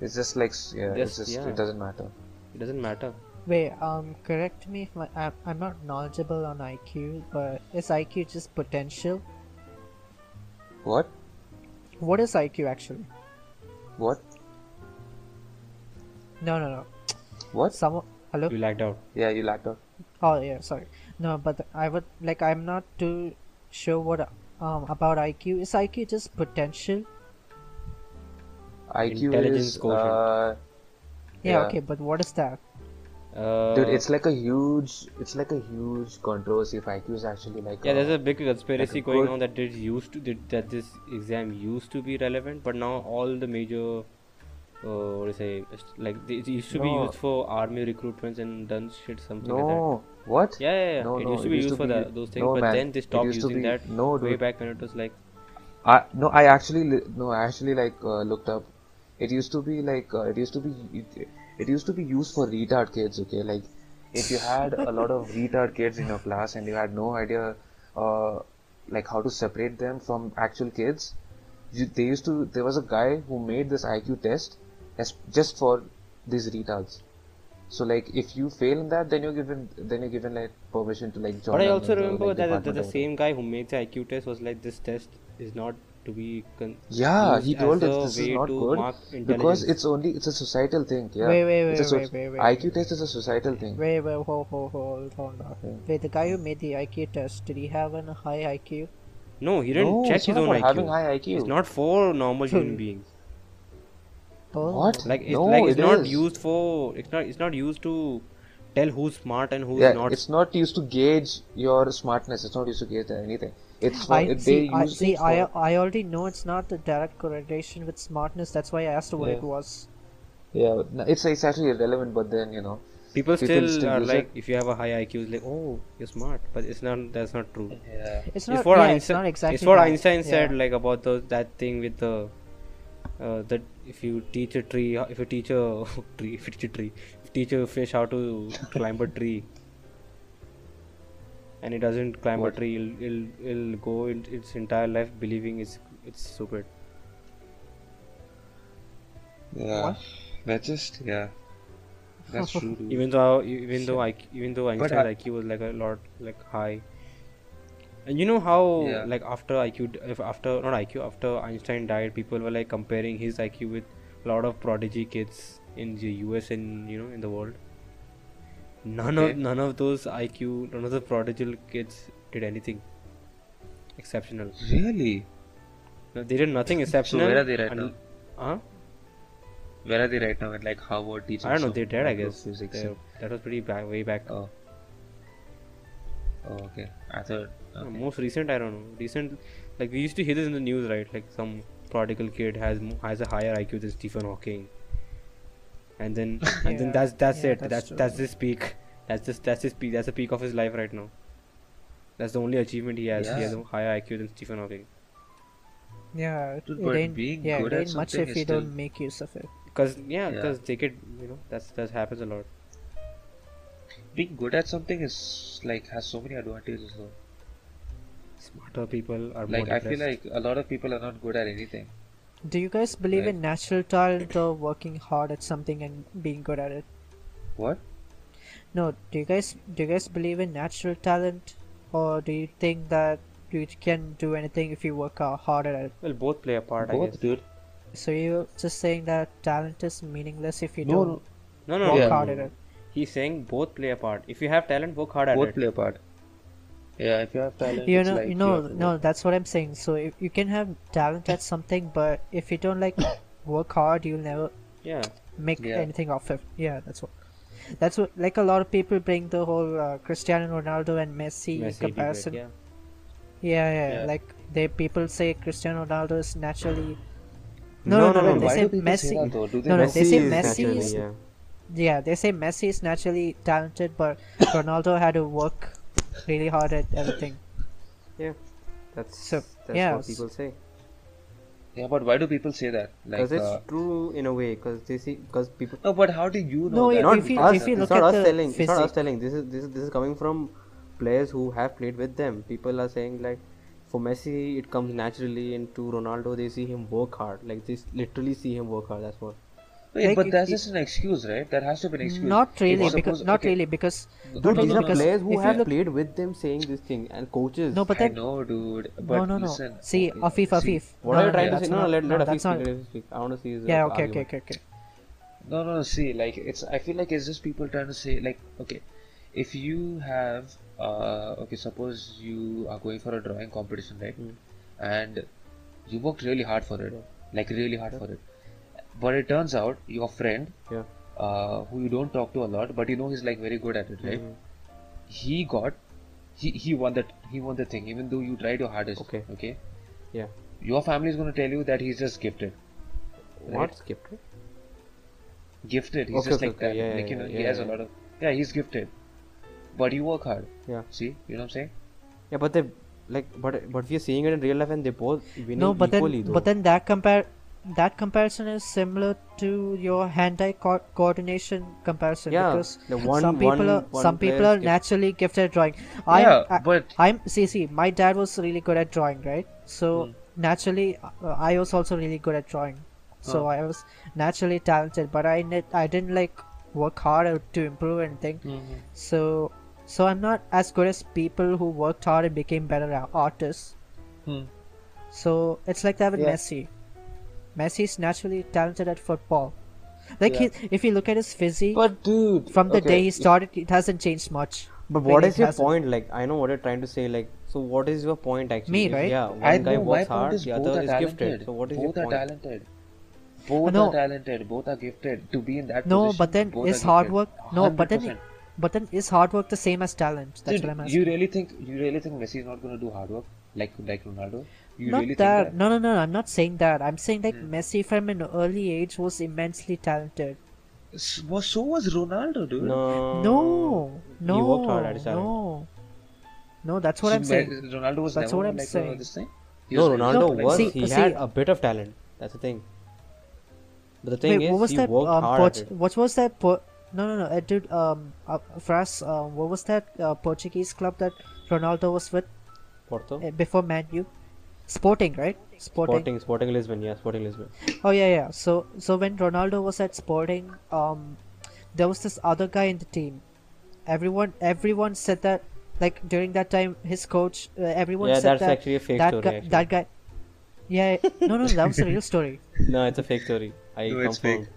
Speaker 2: It's just like s- yeah,
Speaker 1: Just-
Speaker 2: it's just
Speaker 1: yeah.
Speaker 2: it doesn't matter.
Speaker 1: It doesn't matter.
Speaker 3: wait, um, correct me if my I'm, I'm not knowledgeable on IQ, but is IQ just potential?
Speaker 2: What?
Speaker 3: What is IQ actually?
Speaker 2: What?
Speaker 3: No, no, no.
Speaker 2: What?
Speaker 3: Some hello.
Speaker 1: You lagged out.
Speaker 2: Yeah, you lagged out.
Speaker 3: Oh yeah, sorry. No, but I would like I'm not too sure what um about IQ. Is IQ just potential?
Speaker 2: IQ
Speaker 1: Intelligence
Speaker 2: is
Speaker 1: quotient.
Speaker 2: uh,
Speaker 3: Yeah,
Speaker 2: Yeah.
Speaker 3: okay, but what is that?
Speaker 1: Uh,
Speaker 2: dude, it's like a huge, it's like a huge controversy if IQ is actually like
Speaker 1: yeah,
Speaker 2: a,
Speaker 1: there's a big conspiracy
Speaker 2: like a
Speaker 1: going
Speaker 2: good-
Speaker 1: on that it used to that, that this exam used to be relevant, but now all the major, uh, what do you say, it's like it used to be
Speaker 2: No.
Speaker 1: used for army recruitments and done shit something like
Speaker 2: no what?
Speaker 1: that. Yeah, yeah, yeah.
Speaker 2: No,
Speaker 1: it
Speaker 2: no,
Speaker 1: used to be used for that, those things,
Speaker 2: no,
Speaker 1: but
Speaker 2: man,
Speaker 1: then they
Speaker 2: it
Speaker 1: stopped
Speaker 2: used to
Speaker 1: using
Speaker 2: be-
Speaker 1: that
Speaker 2: No,
Speaker 1: way
Speaker 2: dude.
Speaker 1: back when it was like
Speaker 2: I no, I actually li- no, I actually like uh, looked up. It used to be like uh, it used to be it, it used to be used for retard kids. Okay, like if you had a lot
Speaker 1: [LAUGHS]
Speaker 2: of retard kids in your class and you had no idea, uh, like how to separate them from actual kids, you, they used to. There was a guy who made this IQ test as, just for these retards. So like if you fail in that, then you're given then you're given like permission to like join.
Speaker 1: But I
Speaker 2: another,
Speaker 1: also remember
Speaker 2: like,
Speaker 1: that, that,
Speaker 2: department
Speaker 1: the
Speaker 2: or whatever.
Speaker 1: same guy who made the IQ test was like, this test is not to be. Con-
Speaker 2: Yeah,
Speaker 1: used
Speaker 2: he
Speaker 1: as
Speaker 2: told
Speaker 1: a
Speaker 2: us this is
Speaker 1: way
Speaker 2: not
Speaker 1: to mark
Speaker 2: good because
Speaker 1: intelligence.
Speaker 2: it's only it's a societal thing. Yeah,
Speaker 3: Wait, wait,
Speaker 2: It's a
Speaker 3: wait,
Speaker 2: soc-
Speaker 3: wait, wait, wait.
Speaker 2: IQ test is a societal thing.
Speaker 3: Wait, wait, hold, hold, hold, hold on. Wait, the guy who made the IQ test, did he have an high IQ?
Speaker 1: No, he didn't
Speaker 2: No,
Speaker 1: check
Speaker 2: it's
Speaker 1: his
Speaker 2: not
Speaker 1: own
Speaker 2: about
Speaker 1: IQ.
Speaker 2: having high IQ.
Speaker 1: It's not for normal
Speaker 2: [LAUGHS]
Speaker 1: human
Speaker 3: Hmm.
Speaker 1: beings.
Speaker 3: Oh,
Speaker 2: What?
Speaker 1: Like it's
Speaker 2: No,
Speaker 1: like it's
Speaker 2: it
Speaker 1: not
Speaker 2: is.
Speaker 1: used for. It's not. It's not used to tell who's smart and who's
Speaker 2: yeah,
Speaker 1: not.
Speaker 2: it's not used to gauge your smartness. It's not used to gauge anything. It's for,
Speaker 3: I
Speaker 2: it-
Speaker 3: see.
Speaker 2: they
Speaker 3: I
Speaker 2: use
Speaker 3: see.
Speaker 2: it
Speaker 3: I
Speaker 2: for-
Speaker 3: I already know it's not the direct correlation with smartness. That's why I asked what
Speaker 2: Yeah.
Speaker 3: it was.
Speaker 2: yeah, no, it's it's actually irrelevant. But then you know,
Speaker 1: people, still,
Speaker 2: people still
Speaker 1: are
Speaker 2: use
Speaker 1: like,
Speaker 2: it.
Speaker 1: if you have a high IQ, it's like, oh, you're smart. But it's not. That's not true.
Speaker 2: yeah,
Speaker 3: It's not.
Speaker 1: it's what
Speaker 3: yeah,
Speaker 1: Einstein.
Speaker 3: it's not exactly.
Speaker 1: it's what
Speaker 3: that.
Speaker 1: Einstein said,
Speaker 3: Yeah.
Speaker 1: like about the that thing with the uh, that if you teach a tree, if you teach a [LAUGHS] tree, if you teach a tree, if you teach a fish how to climb a tree, and it doesn't climb
Speaker 2: What?
Speaker 1: a tree, it'll, it'll, it'll go in its entire life believing it's it's stupid.
Speaker 2: yeah.
Speaker 3: What?
Speaker 2: That's just yeah. That's
Speaker 1: [LAUGHS]
Speaker 2: true. dude.
Speaker 1: Even though even though I even though Einstein's
Speaker 2: I-
Speaker 1: IQ was like a lot like high. And you know how
Speaker 2: Yeah.
Speaker 1: like after IQ d- if after not IQ after Einstein died, people were like comparing his IQ with a lot of prodigy kids in the US and you know in the world. None of
Speaker 2: Okay.
Speaker 1: none of those IQ none of the prodigal kids did anything exceptional.
Speaker 2: really?
Speaker 1: No, they did
Speaker 2: [LAUGHS]
Speaker 1: nothing exceptional.
Speaker 2: where are they right
Speaker 1: unl-
Speaker 2: now?
Speaker 1: Huh?
Speaker 2: Where are they right now? At like Harvard teaching?
Speaker 1: I don't know.
Speaker 2: some
Speaker 1: They're dead, I guess.
Speaker 2: microphysics
Speaker 1: They're-
Speaker 2: and-
Speaker 1: that was pretty back, way back.
Speaker 2: Oh. Oh, okay. I thought.
Speaker 1: Uh, Most recent, I don't know. Recent, like we used to hear this in the news, right? Like some prodigal kid has mo- has a higher IQ than Stephen Hawking, and
Speaker 2: [LAUGHS]
Speaker 1: then and then
Speaker 3: Yeah,
Speaker 1: that's that's
Speaker 3: yeah,
Speaker 1: it.
Speaker 3: that's
Speaker 1: That's
Speaker 3: true.
Speaker 1: that's his peak. That's this that's his peak. That's the peak of his life right now. That's the only achievement he has. He has a higher IQ than Stephen Hawking.
Speaker 3: Yeah, it,
Speaker 2: Dude,
Speaker 3: it
Speaker 2: but
Speaker 3: ain't
Speaker 2: being
Speaker 3: yeah,
Speaker 2: good
Speaker 3: it
Speaker 2: at
Speaker 3: ain't much
Speaker 2: something
Speaker 3: if
Speaker 2: is
Speaker 3: you
Speaker 2: still-
Speaker 3: don't make use of it.
Speaker 1: Cause yeah,
Speaker 2: Yeah.
Speaker 1: cause they could you know that's that happens a lot.
Speaker 2: Being good at something is like has so many advantages though.
Speaker 1: Smarter people are
Speaker 2: Like
Speaker 1: more
Speaker 2: I feel
Speaker 1: depressed.
Speaker 2: like a lot of people are not good at anything.
Speaker 3: Do you guys believe
Speaker 2: Right.
Speaker 3: in natural talent or working hard at something and being good at it?
Speaker 2: What?
Speaker 3: No, do you guys do you guys believe in natural talent or do you think that you can do anything if you work uh, harder at it?
Speaker 1: well both play a part. I guess.
Speaker 2: Both, dude.
Speaker 3: So you're just saying that talent is meaningless if you
Speaker 2: No,
Speaker 3: don't
Speaker 2: no.
Speaker 1: No, no,
Speaker 3: work
Speaker 1: no.
Speaker 2: Yeah.
Speaker 3: hard at it.
Speaker 1: He's saying both play a part. If you have talent, work hard at
Speaker 2: Both
Speaker 1: it.
Speaker 2: play a part. Yeah, if you have talent,
Speaker 3: you
Speaker 2: it's
Speaker 3: know
Speaker 2: like
Speaker 3: you
Speaker 2: you
Speaker 3: know
Speaker 2: have to
Speaker 3: no
Speaker 2: work.
Speaker 3: that's what i'm saying so if you can have talent at something but if you don't like [COUGHS] work hard you'll never
Speaker 1: Yeah,
Speaker 3: make
Speaker 2: Yeah.
Speaker 3: anything of it yeah that's what that's what like a lot of people bring the whole uh, cristiano ronaldo and messi,
Speaker 1: Messi did
Speaker 3: comparison
Speaker 1: great, yeah.
Speaker 3: yeah. Yeah,
Speaker 2: Yeah.
Speaker 3: like they people say cristiano ronaldo is naturally
Speaker 1: No,
Speaker 3: no no,
Speaker 1: no, no,
Speaker 3: they
Speaker 2: Why
Speaker 3: say
Speaker 2: do people say
Speaker 3: messi
Speaker 2: that though? Do they
Speaker 3: No, no,
Speaker 2: not
Speaker 3: they say
Speaker 1: is
Speaker 3: Messi
Speaker 1: naturally,
Speaker 3: is-
Speaker 1: yeah.
Speaker 3: yeah they say messi is naturally talented but [COUGHS] ronaldo had to work really hard at everything
Speaker 1: Yeah, that's
Speaker 3: So,
Speaker 1: that's
Speaker 3: yeah,
Speaker 1: what
Speaker 3: s-
Speaker 1: people say.
Speaker 2: Yeah, but why do people say that? Like,
Speaker 1: Because it's
Speaker 2: uh,
Speaker 1: true in a way. Because they see. Because people.
Speaker 2: no, but how do you
Speaker 3: No,
Speaker 2: know that?
Speaker 3: yeah,
Speaker 1: Not
Speaker 3: if you-
Speaker 1: us.
Speaker 3: if you
Speaker 1: it's
Speaker 3: look
Speaker 1: not
Speaker 3: at
Speaker 1: us
Speaker 3: the
Speaker 1: telling. It's not us
Speaker 3: physic-
Speaker 1: telling. This is this is this is coming from players who have played with them. People are saying like, for Messi it comes naturally, and to Ronaldo they see him work hard. Like they s- literally see him work hard. That's what.
Speaker 2: Wait,
Speaker 3: Like,
Speaker 2: but
Speaker 3: if
Speaker 2: that's
Speaker 3: you-
Speaker 2: just an excuse, right? That has to be an excuse.
Speaker 3: not
Speaker 2: If
Speaker 3: really
Speaker 2: suppose-
Speaker 3: because not
Speaker 2: okay,
Speaker 3: really because
Speaker 2: No,
Speaker 1: Dude,
Speaker 2: no,
Speaker 1: these
Speaker 2: no,
Speaker 1: are
Speaker 2: because
Speaker 1: players who
Speaker 3: if you
Speaker 1: have
Speaker 3: look-
Speaker 1: played with them saying this thing, and coaches.
Speaker 3: no but
Speaker 2: I
Speaker 3: then
Speaker 2: know, dude. But
Speaker 3: No, no, no.
Speaker 2: listen,
Speaker 3: See,
Speaker 2: okay,
Speaker 3: Afif,
Speaker 2: see-
Speaker 3: Afif.
Speaker 1: What
Speaker 3: no,
Speaker 1: are you
Speaker 3: no,
Speaker 1: trying
Speaker 3: no,
Speaker 1: to
Speaker 3: that's
Speaker 1: say? No,
Speaker 3: not-
Speaker 1: no, let, let
Speaker 3: no,
Speaker 1: Afif
Speaker 3: that's
Speaker 1: speak.
Speaker 3: not.
Speaker 1: Let Afif speak. I want to see his
Speaker 3: Yeah,
Speaker 1: uh,
Speaker 3: okay, okay,
Speaker 1: argument.
Speaker 3: okay, okay.
Speaker 2: No, no, no. See, like it's. I feel like it's just people trying to say, like, okay, if you have, uh, okay, suppose you are going for a drawing competition, right?
Speaker 3: Hmm.
Speaker 2: And you worked really hard for it, like really hard for it. But it turns out your friend,
Speaker 1: Yeah.
Speaker 2: uh, who you don't talk to a lot, but you know he's like very good at it, right?
Speaker 3: Hmm.
Speaker 2: He got, he he won that he won the thing, even though you tried your hardest.
Speaker 1: Okay.
Speaker 2: Okay.
Speaker 1: Yeah.
Speaker 2: Your family is gonna tell you that he's just gifted.
Speaker 1: What skipped? it?
Speaker 2: gifted. He's
Speaker 1: Okay,
Speaker 2: just
Speaker 1: okay,
Speaker 2: like
Speaker 1: okay.
Speaker 2: that.
Speaker 1: Yeah,
Speaker 2: like
Speaker 1: yeah,
Speaker 2: you know,
Speaker 1: yeah,
Speaker 2: he has
Speaker 1: yeah.
Speaker 2: a lot of. Yeah, he's gifted, but you work hard.
Speaker 1: Yeah.
Speaker 2: See, you know what I'm saying?
Speaker 1: Yeah, but they like, but but we are seeing it in real life, and they both winning
Speaker 3: No, but
Speaker 1: equally
Speaker 3: then,
Speaker 1: though.
Speaker 3: but then that compare, that comparison is similar to your hand-eye co- coordination comparison
Speaker 1: Yeah,
Speaker 3: because
Speaker 1: the one-
Speaker 3: some people
Speaker 1: one-
Speaker 3: are
Speaker 1: one
Speaker 3: some people
Speaker 1: player's
Speaker 3: are
Speaker 1: gift-
Speaker 3: naturally gifted at drawing. I'm,
Speaker 2: Yeah,
Speaker 3: I,
Speaker 2: but-
Speaker 3: I'm see, see, my dad was really good at drawing, right?
Speaker 1: Hmm.
Speaker 3: So naturally, uh, I was also really good at drawing. So I was naturally talented, but I ne- I didn't like work hard or to improve anything.
Speaker 1: Mm-hmm.
Speaker 3: So, so I'm not as good as people who worked hard and became better ar- artists.
Speaker 2: Hmm.
Speaker 3: So it's like that with
Speaker 2: Yeah.
Speaker 3: Messi. Messi is naturally talented at football. Like he, if you look at his physique,
Speaker 2: But dude,
Speaker 3: from the day he started, it hasn't changed much.
Speaker 1: But what
Speaker 3: Really,
Speaker 1: is
Speaker 3: it
Speaker 1: your
Speaker 3: hasn't.
Speaker 1: point? Like, I know what you're trying to say. Like, so what is your point actually?
Speaker 3: Me,
Speaker 1: If-
Speaker 3: right?
Speaker 1: Yeah, one
Speaker 2: I
Speaker 1: guy
Speaker 2: know my
Speaker 1: works
Speaker 2: point
Speaker 1: hard,
Speaker 2: is
Speaker 1: the
Speaker 2: both
Speaker 1: other
Speaker 2: are
Speaker 1: is
Speaker 2: talented.
Speaker 1: gifted. So what is
Speaker 2: both
Speaker 1: your
Speaker 2: are
Speaker 1: point?
Speaker 2: talented. Both
Speaker 3: No.
Speaker 2: are talented. Both are gifted. To be in that
Speaker 3: No,
Speaker 2: position,
Speaker 3: but then
Speaker 2: both
Speaker 3: is
Speaker 2: are
Speaker 3: hard
Speaker 2: gifted.
Speaker 3: work? No, but then,
Speaker 2: 100%.
Speaker 3: but then is hard work the same as talent? That's
Speaker 2: Dude,
Speaker 3: what I'm asking.
Speaker 2: you really think you really think Messi is not gonna do hard work like like Ronaldo? You
Speaker 3: not
Speaker 2: really
Speaker 3: that.
Speaker 2: think that?
Speaker 3: No, no, no. I'm not saying that. I'm saying like
Speaker 1: Hmm.
Speaker 3: Messi from an early age was immensely talented.
Speaker 2: S- well, so was Ronaldo, dude.
Speaker 1: No.
Speaker 3: No,
Speaker 1: Oh. He
Speaker 3: no,
Speaker 1: worked hard at his talent.
Speaker 3: no, no. That's what
Speaker 2: So
Speaker 3: I'm saying.
Speaker 2: Me- Ronaldo was
Speaker 3: That's
Speaker 2: never
Speaker 3: what I'm
Speaker 2: like
Speaker 3: saying.
Speaker 2: Uh, this thing. He
Speaker 1: No,
Speaker 2: was-
Speaker 1: Ronaldo
Speaker 3: No,
Speaker 1: was.
Speaker 3: see-
Speaker 1: he
Speaker 3: see-
Speaker 1: had a bit of talent. That's the thing. But the thing
Speaker 3: Wait,
Speaker 1: is,
Speaker 3: what was
Speaker 1: he
Speaker 3: that?
Speaker 1: worked
Speaker 3: um,
Speaker 1: hard.
Speaker 3: Port-
Speaker 1: at it.
Speaker 3: what was that? Por- no, no, no. Uh, dude, um, uh, for us, um, what was that uh, Portuguese club that Ronaldo was with
Speaker 1: Porto.
Speaker 3: uh, before Man U? Sporting, right? Sporting.
Speaker 1: Oh. Sporting, Sporting Lisbon. Yeah, Sporting Lisbon.
Speaker 3: Oh yeah, yeah. So, so when Ronaldo was at Sporting, um, there was this other guy in the team. Everyone, everyone said that. Like during that time, his coach, uh, everyone
Speaker 1: Yeah,
Speaker 3: said
Speaker 1: that's
Speaker 3: that
Speaker 1: actually a fake
Speaker 3: that
Speaker 1: story,
Speaker 3: guy,
Speaker 1: actually.
Speaker 3: that guy. Yeah, no, no, that was a real story.
Speaker 1: No, it's a fake story. I
Speaker 2: No, it's
Speaker 1: confirmed.
Speaker 2: fake.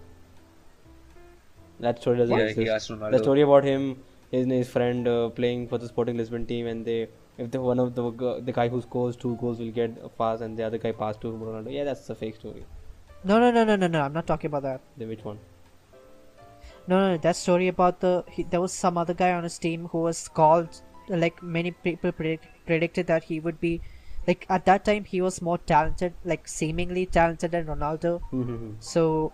Speaker 1: That story doesn't
Speaker 2: Yeah, he
Speaker 1: exist.
Speaker 2: asked Ronaldo.
Speaker 1: The story about him, his his friend uh, playing for the Sporting Lisbon team, and they if the one of the g- the guy who scores two goals will get a pass, and the other guy pass to Ronaldo. Yeah, that's a fake story.
Speaker 3: No, no, no, no, no, no. I'm not talking about that.
Speaker 1: Then
Speaker 2: [LAUGHS]
Speaker 1: which one?
Speaker 3: No, no, that story about the he, there was some other guy on his team who was called like many people predict, predicted that he would be like at that time he was more talented, like seemingly talented than Ronaldo. So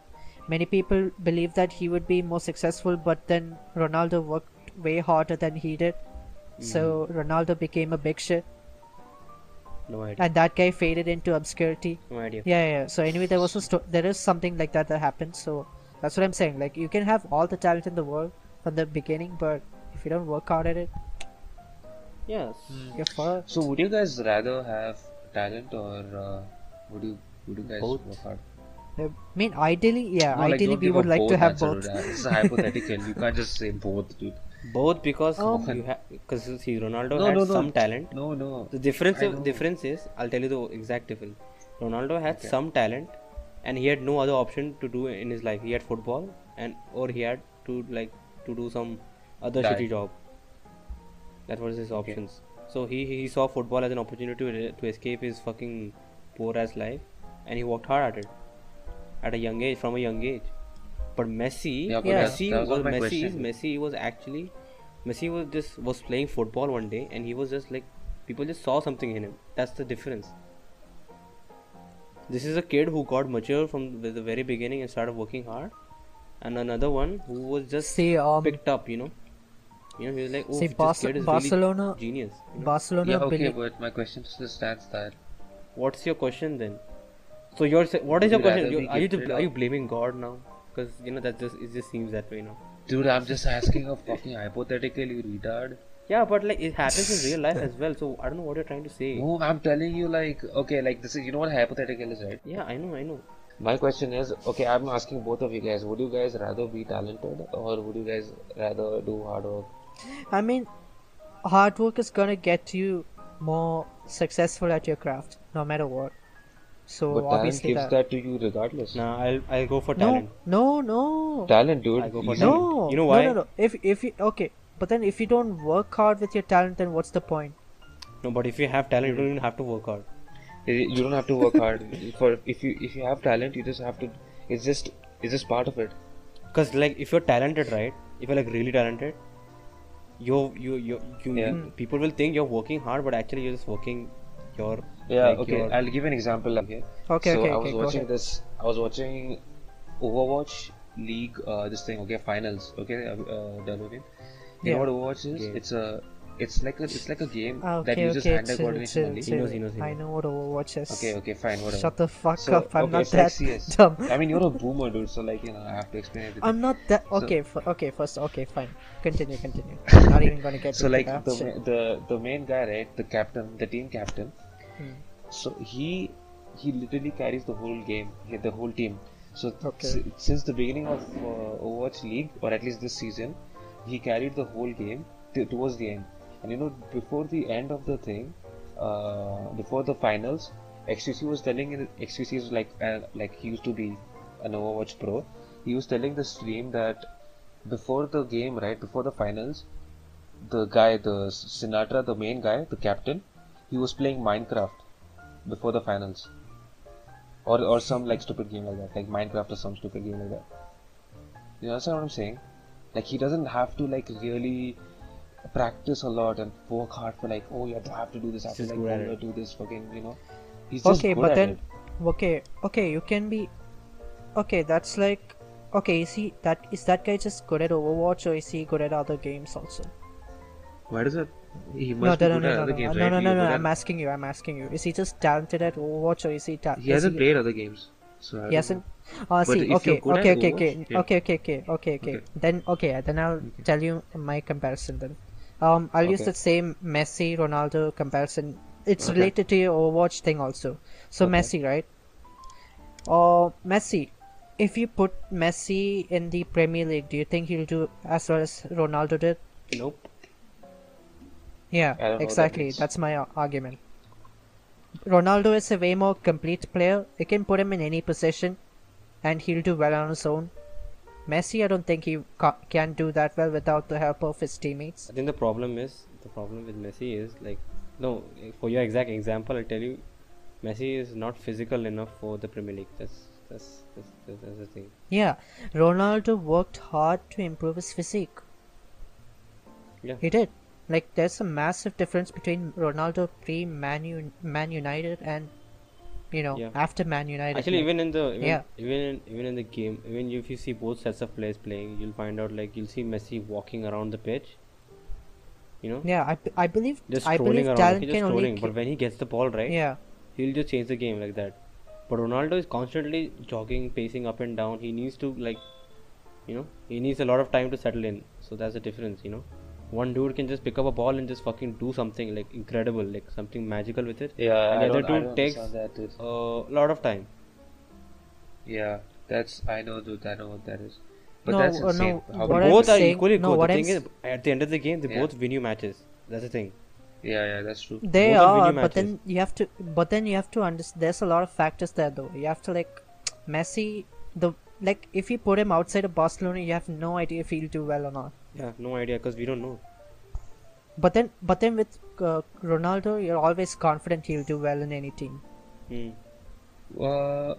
Speaker 3: many people believe that he would be more successful, but then Ronaldo worked way harder than he did. So Ronaldo became a big shit.
Speaker 1: No idea.
Speaker 3: and that guy faded into obscurity.
Speaker 1: No idea.
Speaker 3: Yeah, yeah. yeah. So anyway, there was a sto- there is something like that that happened. So that's what I'm saying. Like you can have all the talent in the world from the beginning, but if you don't work hard at it,
Speaker 1: Yes.
Speaker 3: you're fucked.
Speaker 2: So would you guys rather have talent or uh, would you would you guys
Speaker 1: Both.
Speaker 2: work hard?
Speaker 3: I mean, ideally, yeah,
Speaker 2: No, like,
Speaker 3: ideally
Speaker 2: don't
Speaker 3: we
Speaker 2: give
Speaker 3: would
Speaker 2: up
Speaker 3: like to have
Speaker 2: answer,
Speaker 3: both.
Speaker 2: dude. It's hypothetical. you can't just say both,
Speaker 3: [LAUGHS]
Speaker 2: dude.
Speaker 1: Both because
Speaker 3: Um,
Speaker 1: you have because see Ronaldo
Speaker 2: No,
Speaker 1: had
Speaker 2: no, no.
Speaker 1: some talent.
Speaker 2: No, no.
Speaker 1: The difference
Speaker 2: I know.
Speaker 1: difference is I'll tell you the exact difference. Ronaldo had some talent, and he had no other option to do in his life. He had football, and or he had to like to do some other
Speaker 2: Die.
Speaker 1: shitty job. That was his options. So he he saw football as an opportunity to, to escape his fucking poor ass life, and he worked hard at it. At a young age, from a young age. But Messi,
Speaker 2: Yeah, but
Speaker 3: Yeah.
Speaker 2: that's-
Speaker 1: Messi
Speaker 2: that was
Speaker 1: was
Speaker 2: not my
Speaker 1: Messi is
Speaker 2: question.
Speaker 1: Messi was actually Messi was just was playing football one day and he was just like people just saw something in him. That's the difference. This is a kid who got mature from the the very beginning and started working hard, and another one who was just
Speaker 3: See, um,
Speaker 1: picked up. You know, you know he was like, oh,
Speaker 3: See,
Speaker 1: this
Speaker 3: Barce-
Speaker 1: kid is
Speaker 3: Barcelona-
Speaker 1: really genius. you know?
Speaker 3: Barcelona
Speaker 2: yeah, okay,
Speaker 3: believe-
Speaker 2: but my question still stands that.
Speaker 1: What's your question then? So your se- what is
Speaker 2: Would
Speaker 1: your
Speaker 2: you
Speaker 1: question?
Speaker 2: rather
Speaker 1: You-
Speaker 2: be
Speaker 1: are you
Speaker 2: gifted
Speaker 1: to,
Speaker 2: or-
Speaker 1: are you blaming God now? Because you know that just it just seems that way now.
Speaker 2: Dude, I'm just asking a fucking hypothetical, you
Speaker 3: [LAUGHS]
Speaker 2: retard.
Speaker 1: Yeah, but like it happens in real
Speaker 2: [LAUGHS]
Speaker 1: life as well. So I don't know what you're trying to say.
Speaker 2: No, I'm telling you, like, okay, like, this is, you know what hypothetical is, right?
Speaker 1: Yeah, I know, I know.
Speaker 2: My question is, okay, I'm asking both of you guys, would you guys rather be talented or would you guys rather do hard work?
Speaker 3: I mean, hard work is gonna get you more successful at your craft, no matter what. So
Speaker 2: but talent
Speaker 3: obviously
Speaker 2: gives that. to you regardless.
Speaker 1: Nah, I'll I'll go for
Speaker 3: No,
Speaker 1: talent.
Speaker 3: no, no,
Speaker 2: Talent, dude.
Speaker 1: I go for
Speaker 2: easy.
Speaker 1: talent.
Speaker 3: no.
Speaker 1: You know
Speaker 3: No,
Speaker 1: why?
Speaker 3: no, no. If if you okay, but then if you don't work hard with your talent, then what's the point?
Speaker 1: No, but if you have talent, you don't even have to work hard.
Speaker 2: You you don't have to work hard. for if you if you have talent, you just have to. It's just it's just part of it.
Speaker 1: Cause like if you're talented, right? If you're like really talented, you you you you
Speaker 2: Yeah.
Speaker 1: you- people will think you're working hard, but actually you're just working your
Speaker 2: Yeah,
Speaker 1: like,
Speaker 2: okay.
Speaker 1: your-
Speaker 2: I'll give an example. Okay.
Speaker 3: Okay,
Speaker 2: so
Speaker 3: okay,
Speaker 2: I was
Speaker 3: okay, go
Speaker 2: watching
Speaker 3: ahead.
Speaker 2: this. I was watching Overwatch League. Uh, this thing. Okay, finals. Okay, uh, uh, done. Okay. You know
Speaker 3: Yeah.
Speaker 2: what Overwatch is?
Speaker 1: Game.
Speaker 2: It's a. It's like a. It's like a game
Speaker 3: Ah,
Speaker 2: that
Speaker 3: Okay,
Speaker 2: uses
Speaker 3: okay,
Speaker 2: hand-eye
Speaker 3: chill,
Speaker 2: coordination
Speaker 3: chill,
Speaker 2: only.
Speaker 3: chill.
Speaker 1: He knows, he knows, he
Speaker 3: I
Speaker 1: knows.
Speaker 3: know what Overwatch is.
Speaker 2: Okay, okay, fine, whatever.
Speaker 3: Shut the fuck
Speaker 2: So,
Speaker 3: up! I'm
Speaker 2: okay,
Speaker 3: not
Speaker 2: it's like
Speaker 3: that
Speaker 2: CS.
Speaker 3: [LAUGHS] dumb.
Speaker 2: I mean, you're a boomer, dude. So like, you know, I have to explain everything.
Speaker 3: I'm not that
Speaker 2: So-
Speaker 3: okay. f- okay, first, okay, fine. Continue,
Speaker 2: [LAUGHS]
Speaker 3: continue. I'm not even gonna get
Speaker 2: so
Speaker 3: into
Speaker 2: like
Speaker 3: that
Speaker 2: the,
Speaker 3: shit.
Speaker 2: ma- the the main guy right the captain the team captain
Speaker 3: Hmm.
Speaker 2: so he he literally carries the whole game he- the whole team so th-
Speaker 3: Okay.
Speaker 2: si- since the beginning of uh, overwatch league or at least this season he carried the whole game t- towards the end and you know before the end of the thing uh, before the finals xqc was telling xqc is like uh, like he used to be an overwatch pro he was telling the stream that before the game right before the finals the guy, the Sinatra, the main guy, the captain, he was playing Minecraft before the finals, or or some like stupid game like that, like Minecraft or some stupid game like that. You understand what I'm saying? Like he doesn't have to like really practice a lot and work hard for like oh you have to do this, I have to
Speaker 1: Just
Speaker 2: like
Speaker 1: good at
Speaker 2: go
Speaker 1: it.
Speaker 2: do this fucking you know. He's just
Speaker 3: okay
Speaker 2: good
Speaker 3: but
Speaker 2: at
Speaker 3: then
Speaker 2: it.
Speaker 3: okay okay you can be okay that's like okay is he that is that guy just good at overwatch or is he good at other games also
Speaker 2: why does it? He
Speaker 3: no
Speaker 2: must
Speaker 3: no
Speaker 2: be
Speaker 3: no
Speaker 2: good
Speaker 3: no
Speaker 2: at
Speaker 3: no
Speaker 2: other
Speaker 3: no,
Speaker 2: games,
Speaker 3: no
Speaker 2: right?
Speaker 3: no
Speaker 2: He
Speaker 3: no
Speaker 2: good
Speaker 3: no
Speaker 2: at-
Speaker 3: i'm asking you i'm asking you is he just talented at overwatch or is he ta-
Speaker 2: He
Speaker 3: is
Speaker 2: hasn't
Speaker 3: he,
Speaker 2: played other games, so I don't
Speaker 3: he hasn't uh,
Speaker 2: But if
Speaker 3: see
Speaker 2: you're
Speaker 3: okay
Speaker 2: good
Speaker 3: okay
Speaker 2: at
Speaker 3: okay okay,
Speaker 2: Overwatch, yeah.
Speaker 3: okay okay okay okay okay
Speaker 2: Okay.
Speaker 3: then okay then i'll tell you my comparison then um i'll use
Speaker 2: Okay.
Speaker 3: the same messi ronaldo comparison it's
Speaker 2: Okay.
Speaker 3: related to your overwatch thing also so
Speaker 2: Okay.
Speaker 3: messi right uh messi if you put messi in the premier league do you think he'll do as well as ronaldo did
Speaker 1: nope.
Speaker 3: yeah,
Speaker 2: I don't know what that
Speaker 3: exactly.
Speaker 2: means.
Speaker 3: That's my uh, argument. Ronaldo is a way more complete player. You can put him in any position, and he'll do well on his own. Messi, I don't think he ca- can do that well without the help of his teammates.
Speaker 1: I think the problem is the problem with Messi is like no for your exact example I'll tell you Messi is not physical enough for the Premier League. That's that's that's, that's, that's the thing.
Speaker 3: Yeah, Ronaldo worked hard to improve his physique.
Speaker 1: Yeah.
Speaker 3: He did. Like, there's a massive difference between Ronaldo pre Man, U- Man United and, you know,
Speaker 1: Yeah.
Speaker 3: after Man United.
Speaker 1: Actually,
Speaker 3: Like,
Speaker 1: even in the even,
Speaker 3: Yeah.
Speaker 1: even in, even in the game, even if you see both sets of players playing, you'll find out like you'll see Messi walking around the pitch. you know,
Speaker 3: Yeah, I, I believe
Speaker 1: just
Speaker 3: I
Speaker 1: strolling
Speaker 3: believe
Speaker 1: around.
Speaker 3: talent
Speaker 1: He's
Speaker 3: can
Speaker 1: just
Speaker 3: only
Speaker 1: strolling.
Speaker 3: ki-
Speaker 1: But when he gets the ball right,
Speaker 3: yeah
Speaker 1: he'll just change the game like that. But Ronaldo is constantly jogging, pacing up and down. He needs to like, you know, he needs a lot of time to settle in. So that's the difference, you know. One dude can just pick up a ball and just fucking do something like incredible, like something magical with it.
Speaker 2: Yeah,
Speaker 1: and
Speaker 2: I
Speaker 1: the other
Speaker 2: don't, I
Speaker 1: dude
Speaker 2: don't
Speaker 1: takes
Speaker 2: understand that, dude.
Speaker 1: a lot of time.
Speaker 2: Yeah, that's I know, dude. I know what that is. But
Speaker 3: No,
Speaker 2: that's
Speaker 3: uh, no,
Speaker 2: insane. how
Speaker 3: what
Speaker 2: many-
Speaker 3: I'm
Speaker 1: both are
Speaker 3: saying-
Speaker 1: equally
Speaker 3: no,
Speaker 1: good.
Speaker 3: what
Speaker 1: the
Speaker 3: I'm
Speaker 1: thing is, at the end of the game, they
Speaker 2: Yeah.
Speaker 1: both win you matches. That's the thing.
Speaker 2: Yeah, yeah, that's true.
Speaker 3: they
Speaker 1: Both are
Speaker 3: are
Speaker 1: video
Speaker 3: but then you have to but then you have to understand there's a lot of factors there though you have to like Messi the like if you put him outside of Barcelona you have no idea if he'll do well or not
Speaker 1: Yeah, no idea because we don't know.
Speaker 3: but then but then with uh, Ronaldo you're always confident he'll do well in any team
Speaker 1: Hmm.
Speaker 2: Uh,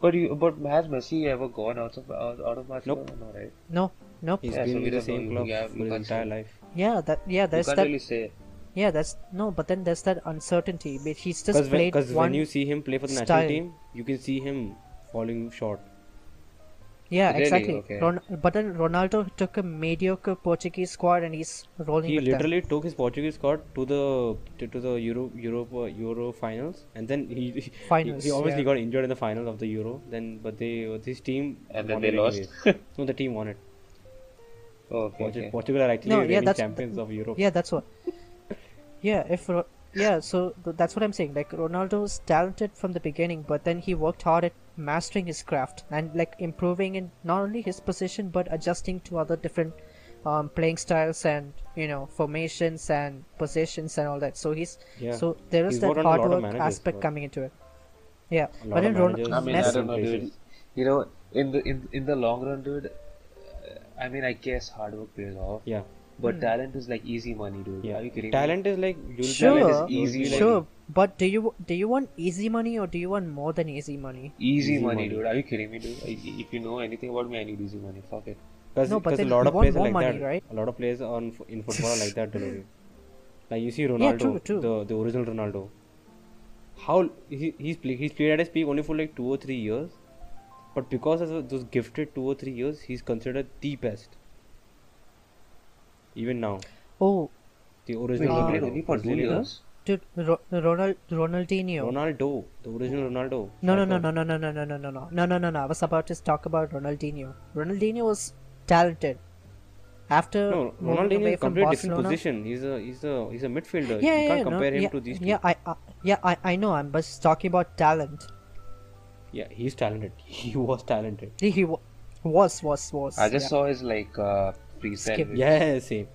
Speaker 2: but you, but has Messi ever gone out of out, out of Barcelona?
Speaker 1: Nope.
Speaker 2: No, right?
Speaker 3: no nope
Speaker 1: He's
Speaker 2: Yeah,
Speaker 1: been
Speaker 2: so we
Speaker 1: with the
Speaker 2: don't know.
Speaker 1: same
Speaker 2: You-
Speaker 1: club
Speaker 2: yeah,
Speaker 1: for
Speaker 2: you
Speaker 1: his
Speaker 2: can't
Speaker 1: entire
Speaker 2: say.
Speaker 1: life.
Speaker 3: yeah that yeah
Speaker 2: You
Speaker 3: there's
Speaker 2: can't
Speaker 3: that
Speaker 2: really say.
Speaker 3: yeah that's no but then there's that uncertainty but he's just
Speaker 1: Because when,
Speaker 3: played
Speaker 1: 'cause when
Speaker 3: one
Speaker 1: you see him play for the
Speaker 3: style.
Speaker 1: national team, you can see him falling short.
Speaker 3: Yeah,
Speaker 2: Really?
Speaker 3: exactly.
Speaker 2: Okay.
Speaker 3: Ron- but then Ronaldo took a mediocre Portuguese squad and he's rolling
Speaker 1: He
Speaker 3: with them.
Speaker 1: literally took his Portuguese squad to the to, to the Euro Europe uh, Euro finals, and then he [LAUGHS] he-
Speaker 3: Finals,
Speaker 1: He, obviously
Speaker 3: yeah.
Speaker 1: got injured in the finals of the Euro. Then, but they his team
Speaker 2: And then
Speaker 1: won
Speaker 2: they
Speaker 1: it
Speaker 2: lost?
Speaker 1: anyways. no, the team won
Speaker 2: [LAUGHS]
Speaker 1: it.
Speaker 2: Oh, okay,
Speaker 1: Portu-
Speaker 2: okay.
Speaker 1: Portugal are actually
Speaker 3: No, yeah,
Speaker 1: reigning
Speaker 3: that's-
Speaker 1: champions of Europe.
Speaker 3: Yeah, that's what. yeah, if Ro- yeah, so th- that's what I'm saying. Like Ronaldo's talented from the beginning, but then he worked hard at mastering his craft and like improving in not only his position but adjusting to other different um, playing styles and you know formations and positions and all that. So he's
Speaker 1: Yeah.
Speaker 3: so there is
Speaker 1: He's
Speaker 3: that
Speaker 1: worked on a lot
Speaker 3: hard
Speaker 1: of
Speaker 3: work
Speaker 1: managers,
Speaker 3: aspect
Speaker 1: but-
Speaker 3: coming into it.
Speaker 1: A
Speaker 3: Yeah,
Speaker 1: lot
Speaker 3: but then
Speaker 1: of
Speaker 3: Ron-
Speaker 1: managers-
Speaker 2: I mean, I
Speaker 3: Messi,
Speaker 2: don't know, dude.
Speaker 1: places.
Speaker 2: You know, in the in in the long run, dude. uh, I mean, I guess hard work pays off,
Speaker 1: yeah.
Speaker 3: Hmm.
Speaker 2: but talent is like easy money, dude. Are you kidding? me? [LAUGHS]
Speaker 1: Talent is like you'll
Speaker 3: Sure.
Speaker 1: be
Speaker 2: Talent is
Speaker 1: you'll
Speaker 2: easy
Speaker 1: be like-
Speaker 3: Sure, but do you do you want easy money or do you want more than easy money?
Speaker 2: Easy,
Speaker 1: Easy
Speaker 2: money,
Speaker 1: money.
Speaker 2: dude. Are you kidding me, dude? I, if you know anything about me, I need easy money. Fuck it.
Speaker 1: Because
Speaker 3: No, but
Speaker 1: a
Speaker 3: then
Speaker 1: lot
Speaker 3: you
Speaker 1: of
Speaker 3: want
Speaker 1: players are
Speaker 3: more
Speaker 1: like
Speaker 3: money,
Speaker 1: that.
Speaker 3: right?
Speaker 1: A lot of players on f- in football are like that,
Speaker 3: [LAUGHS]
Speaker 1: Delavi. Like you see Ronaldo,
Speaker 3: true, true.
Speaker 1: the the original Ronaldo. How he, he's play, he's played at his peak only for like two or three years, but because of tho- those gifted two or three years, he's considered the best. Even now,
Speaker 3: Oh,
Speaker 1: the
Speaker 2: Wait,
Speaker 1: original
Speaker 2: he
Speaker 3: Uh,
Speaker 2: played
Speaker 1: Ronaldo.
Speaker 2: only for two
Speaker 1: Brazilian,
Speaker 2: years.
Speaker 3: dude, Ro- Ronald Ronaldinho.
Speaker 1: Ronaldo, the original Ronaldo.
Speaker 3: no, no, no,
Speaker 1: Striker.
Speaker 3: no, no, no, no, no, no, no, no, no, no, no, no. I was about to talk about Ronaldinho. Ronaldinho was talented. After
Speaker 1: No,
Speaker 3: moving
Speaker 1: Ronaldinho
Speaker 3: away
Speaker 1: is a
Speaker 3: from
Speaker 1: completely different
Speaker 3: Barcelona,
Speaker 1: position. He's a he's a he's a midfielder.
Speaker 3: yeah,
Speaker 1: you
Speaker 3: yeah,
Speaker 1: can't
Speaker 3: yeah, no,
Speaker 1: compare him
Speaker 3: yeah,
Speaker 1: to these two.
Speaker 3: yeah, I, I, yeah, I, I know. I'm just talking about talent.
Speaker 1: Yeah, he's talented. [LAUGHS] He was talented.
Speaker 3: He, he wa- was, was, was.
Speaker 2: I just
Speaker 3: yeah.
Speaker 2: saw his like uh, freestyle.
Speaker 3: Skip.
Speaker 2: video.
Speaker 1: Yeah, same.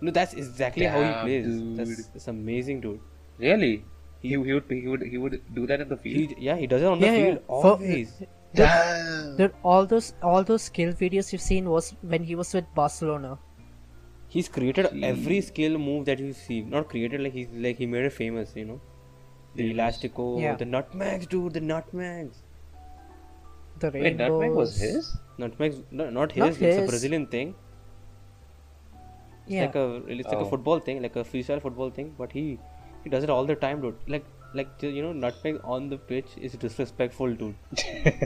Speaker 1: No, that's exactly how he
Speaker 2: Damn,
Speaker 1: plays.
Speaker 2: dude.
Speaker 1: That's, that's amazing, dude.
Speaker 2: Really? He, he would he would he would do that in the field.
Speaker 1: He, yeah, he does it on
Speaker 3: Yeah,
Speaker 1: the
Speaker 3: yeah.
Speaker 1: field
Speaker 3: For-
Speaker 1: always.
Speaker 2: Damn.
Speaker 3: Dude, all those all those skill videos you've seen was when he was with Barcelona.
Speaker 1: He's created every skill move that you see. Not created like he's like he made it famous. You know, the elastico,
Speaker 3: Yeah.
Speaker 1: the nutmegs, dude, the nutmegs.
Speaker 3: The
Speaker 2: Wait,
Speaker 3: rainbows.
Speaker 2: nutmeg was his?
Speaker 1: Nutmegs, no, not his.
Speaker 3: Not
Speaker 1: it's a
Speaker 3: his.
Speaker 1: Brazilian thing. It's
Speaker 3: Yeah.
Speaker 1: like uh, a it's like a
Speaker 2: Oh.
Speaker 1: football thing, like a freestyle football thing. But he he does it all the time, dude. Like like the- you know, nutmeg on the pitch is disrespectful, dude.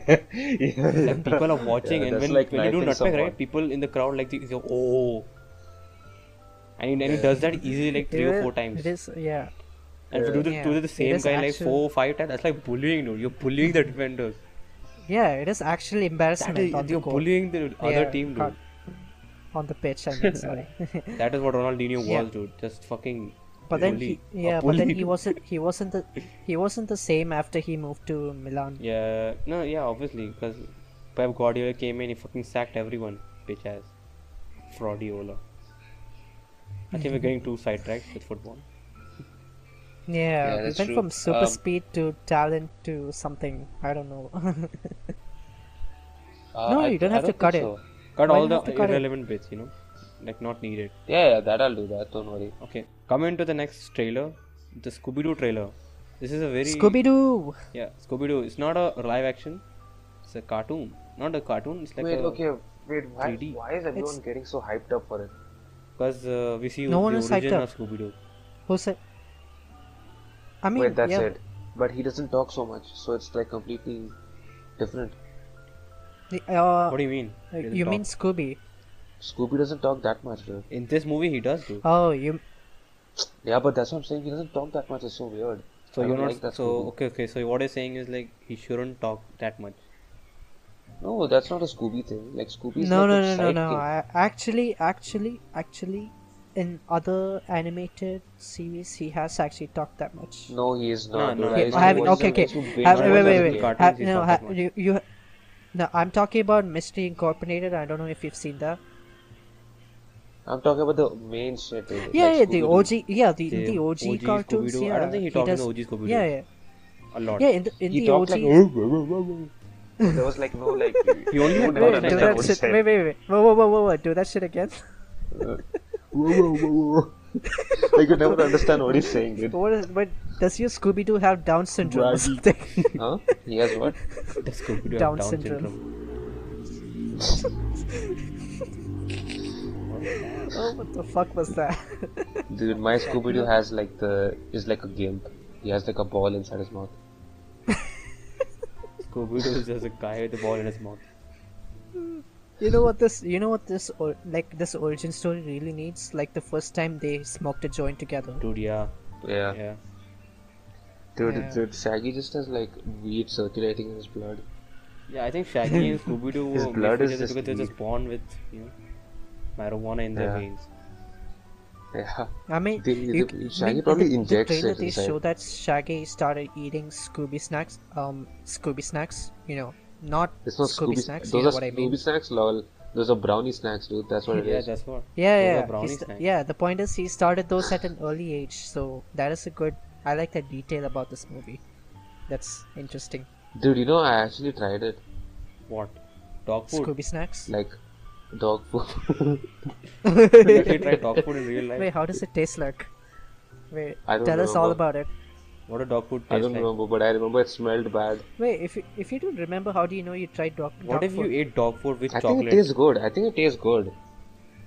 Speaker 2: [LAUGHS]
Speaker 1: like people are watching
Speaker 2: Yeah,
Speaker 1: and
Speaker 2: that's
Speaker 1: when,
Speaker 2: like
Speaker 1: when you do
Speaker 2: knifing
Speaker 1: nutmeg
Speaker 2: someone.
Speaker 1: right people in the crowd like they go oh and, he- and he does that easily like three or
Speaker 3: Yeah,
Speaker 1: four times
Speaker 3: It is, yeah.
Speaker 1: and if you do the,
Speaker 3: Yeah.
Speaker 1: do the
Speaker 3: It
Speaker 1: same
Speaker 3: is
Speaker 1: guy like
Speaker 3: actual-
Speaker 1: four or five times that's like bullying dude you're bullying the defenders
Speaker 3: Yeah, it is actually embarrassment
Speaker 1: that is,
Speaker 3: on the
Speaker 1: you're
Speaker 3: goal.
Speaker 1: bullying the other
Speaker 3: Yeah,
Speaker 1: team dude
Speaker 3: [LAUGHS] can't- On the pitch, I mean, sorry.
Speaker 1: that is what Ronaldinho
Speaker 3: Yeah.
Speaker 1: was dude just fucking
Speaker 3: [LAUGHS] but then
Speaker 1: bully.
Speaker 3: he,
Speaker 1: A
Speaker 3: yeah, but then
Speaker 1: [LAUGHS] bully.
Speaker 3: he wasn't, he wasn't the, he wasn't the same after he moved to Milan.
Speaker 1: yeah no yeah obviously because Pep Guardiola came in he fucking sacked everyone bitch ass fraudiola I think we're getting too sidetracked with football
Speaker 3: Yeah, we
Speaker 2: that's
Speaker 3: went
Speaker 2: true.
Speaker 3: from super
Speaker 2: Um,
Speaker 3: speed to talent to something. I don't know. [LAUGHS]
Speaker 2: Uh, I-
Speaker 3: No, you don't
Speaker 2: I
Speaker 3: have to
Speaker 2: think
Speaker 3: cut it.
Speaker 2: so.
Speaker 1: Cut
Speaker 3: Why
Speaker 1: all
Speaker 3: you
Speaker 1: the
Speaker 3: have to cut it?
Speaker 1: irrelevant bits, you know, like not needed.
Speaker 2: Yeah, yeah, that I'll do that. Don't worry.
Speaker 1: Okay, coming to the next trailer, the Scooby Doo trailer. This is a very
Speaker 3: Scooby Doo.
Speaker 1: yeah Scooby Doo. It's not a live action. It's a cartoon. Not a cartoon. It's like
Speaker 2: wait,
Speaker 1: a,
Speaker 2: okay, wait. Why,
Speaker 1: 3D.
Speaker 2: why is everyone
Speaker 3: It's-
Speaker 2: getting so hyped up for it?
Speaker 1: Because uh, we see
Speaker 3: No
Speaker 1: the
Speaker 3: one is hyped
Speaker 1: origin
Speaker 3: up.
Speaker 1: of Scooby Doo.
Speaker 3: Who said? I mean,
Speaker 2: wait, that's
Speaker 3: yeah,
Speaker 2: it. But he doesn't talk so much, so it's like completely different.
Speaker 3: the- uh,
Speaker 1: What do you mean?
Speaker 3: uh,
Speaker 1: Doesn't
Speaker 3: you
Speaker 1: talk.
Speaker 3: mean Scooby?
Speaker 2: Scooby doesn't talk that much, bro.
Speaker 1: In this movie, he does do.
Speaker 3: Oh, you.
Speaker 2: Yeah, but that's what I'm saying. He doesn't talk that much. It's so weird.
Speaker 1: So
Speaker 2: I
Speaker 1: you're
Speaker 2: don't
Speaker 1: not
Speaker 2: like that
Speaker 1: so
Speaker 2: Scooby.
Speaker 1: okay. Okay. So what you're saying is like he shouldn't talk that much.
Speaker 2: No, that's not a Scooby thing. Like Scooby's
Speaker 3: No,
Speaker 2: like a
Speaker 3: no, no, no, no.
Speaker 2: sidekick.
Speaker 3: I, actually, actually, actually, in other animated series, he has actually talked that much.
Speaker 2: No, he is
Speaker 1: No,
Speaker 2: not.
Speaker 1: no,
Speaker 2: dude.
Speaker 1: no,
Speaker 2: I
Speaker 1: no.
Speaker 2: used to
Speaker 3: Have-
Speaker 2: watch him.
Speaker 3: okay,
Speaker 2: I
Speaker 3: okay.
Speaker 2: used to binge
Speaker 3: Have,
Speaker 2: watch
Speaker 3: wait, wait,
Speaker 2: him.
Speaker 3: wait.
Speaker 1: cartoons
Speaker 3: Have,
Speaker 1: he's
Speaker 3: no,
Speaker 1: not
Speaker 3: ha,
Speaker 1: that much.
Speaker 3: you, you, no, I'm talking about Mystery Incorporated. I don't know if you've seen that.
Speaker 2: I'm talking about the main shit. dude.
Speaker 3: Yeah,
Speaker 2: Like
Speaker 3: yeah, the
Speaker 2: Scooby-Doo.
Speaker 3: OG, yeah, the,
Speaker 1: Yeah,
Speaker 3: the OG,
Speaker 1: OG
Speaker 3: cartoons.
Speaker 1: Scooby-Doo. I
Speaker 3: Yeah,
Speaker 1: don't think he talked in
Speaker 3: does-
Speaker 1: OG Scooby-Doo.
Speaker 3: Yeah, yeah,
Speaker 1: A lot.
Speaker 3: yeah. In the, in
Speaker 2: He
Speaker 3: the
Speaker 2: talked
Speaker 3: OG,
Speaker 2: like. there was like no like.
Speaker 1: He only had
Speaker 2: no,
Speaker 1: one
Speaker 3: Wait,
Speaker 1: line
Speaker 3: do
Speaker 1: that
Speaker 3: that
Speaker 1: would
Speaker 3: shit. Wait, wait, wait. Whoa, whoa, whoa, whoa, whoa. Do that shit again.
Speaker 2: I could never understand what he's saying, dude.
Speaker 3: What is, wait, does your Scooby Doo have Down syndrome or something?
Speaker 2: Huh? He has what?
Speaker 1: Does Scooby-Doo have
Speaker 3: Down
Speaker 1: Down
Speaker 3: syndrome.
Speaker 1: syndrome?
Speaker 3: oh, what the fuck was that? [LAUGHS]
Speaker 2: Dude, my Scooby Doo has like the is like a gimp. He has like a ball inside his mouth.
Speaker 1: Scooby-Doo is just a guy with a ball in his mouth.
Speaker 3: you know what this? You know what this? Or, like this origin story really needs? Like the first time they smoked a joint together.
Speaker 1: Dude, yeah,
Speaker 2: Yeah.
Speaker 1: yeah.
Speaker 2: Dude,
Speaker 3: Yeah.
Speaker 2: dude, Shaggy just has like weed circulating in his blood.
Speaker 1: Yeah, I think Shaggy and Scooby-Doo
Speaker 2: [LAUGHS] His
Speaker 1: were
Speaker 2: blood
Speaker 1: mixed
Speaker 2: is
Speaker 1: together
Speaker 2: just
Speaker 1: because they're just
Speaker 2: weak.
Speaker 1: born with you know marijuana in their
Speaker 2: Yeah.
Speaker 1: veins.
Speaker 2: Yeah.
Speaker 3: I mean,
Speaker 2: They-
Speaker 3: you
Speaker 2: they-
Speaker 3: c-
Speaker 2: Shaggy
Speaker 3: mean, in
Speaker 2: probably
Speaker 3: the,
Speaker 2: injects
Speaker 3: the trailer,
Speaker 2: it
Speaker 3: They
Speaker 2: inside.
Speaker 3: show that Shaggy started eating Scooby snacks. Um, Scooby snacks. You know, not,
Speaker 2: It's not
Speaker 3: Scooby,
Speaker 2: Scooby,
Speaker 3: snacks.
Speaker 2: Those
Speaker 3: you know
Speaker 2: are
Speaker 3: what I
Speaker 2: Scooby
Speaker 3: mean?
Speaker 2: snacks, lol. Those are brownie snacks, dude. That's what it
Speaker 1: Yeah,
Speaker 2: is.
Speaker 1: that's what.
Speaker 3: Yeah,
Speaker 1: Those are
Speaker 3: yeah,
Speaker 1: brownie
Speaker 3: he's-
Speaker 1: snacks.
Speaker 3: yeah. The point is, he started those at an early age, so that is a good. I like that detail about this movie. That's interesting.
Speaker 2: Dude, you know, I actually tried it.
Speaker 1: What? Dog food. [LAUGHS]
Speaker 3: Scooby snacks.
Speaker 2: Like, dog food. [LAUGHS]
Speaker 1: You actually try dog food in real life.
Speaker 3: Wait, how does it taste like? Wait,
Speaker 2: I don't
Speaker 3: tell us all
Speaker 2: remember.
Speaker 3: about it.
Speaker 1: What a dog food tastes
Speaker 2: I don't
Speaker 1: like.
Speaker 2: remember, but I remember it smelled bad.
Speaker 3: Wait, if you, if you don't remember, how do you know you tried dog?
Speaker 1: What
Speaker 3: dog
Speaker 1: if
Speaker 3: food?
Speaker 1: you ate dog food with
Speaker 2: I think
Speaker 1: chocolate?
Speaker 2: it tastes good. I think it tastes good.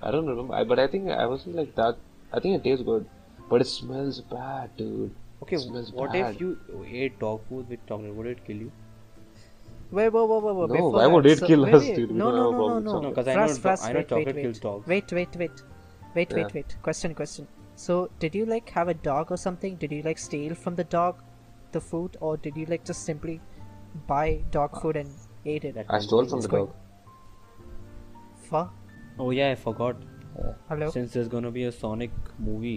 Speaker 2: I don't remember, I, but I think I wasn't like that. I think it tastes good, but it smells bad, dude.
Speaker 1: okay,
Speaker 2: it smells
Speaker 1: what
Speaker 2: bad.
Speaker 1: if you ate dog food with chocolate? Would it kill you?
Speaker 3: Wait, whoa, whoa, whoa, whoa.
Speaker 2: No,
Speaker 3: before
Speaker 2: why would
Speaker 3: that,
Speaker 2: it
Speaker 3: so-
Speaker 2: kill
Speaker 3: wait,
Speaker 2: us,
Speaker 3: wait,
Speaker 2: dude? We
Speaker 3: No,
Speaker 2: don't
Speaker 3: no,
Speaker 2: have a
Speaker 3: no, no,
Speaker 2: problem with
Speaker 3: no,
Speaker 2: chocolate.
Speaker 1: No, 'cause I know
Speaker 3: Frost,
Speaker 1: do- I
Speaker 3: frost,
Speaker 1: know
Speaker 3: wait,
Speaker 1: chocolate
Speaker 3: wait,
Speaker 1: kills
Speaker 3: wait.
Speaker 1: dogs.
Speaker 3: Wait, wait, wait. Wait, wait,
Speaker 2: Yeah.
Speaker 3: wait. Question, question. So, did you like have a dog or something? Did you like steal from the dog the food, or did you like just simply buy
Speaker 1: Uh,
Speaker 3: dog food and ate it?
Speaker 2: I stole from
Speaker 3: It's
Speaker 2: the
Speaker 3: going-
Speaker 2: dog.
Speaker 3: Fuck.
Speaker 1: Oh yeah, I forgot.
Speaker 3: Hello.
Speaker 1: Since there's gonna be a Sonic movie,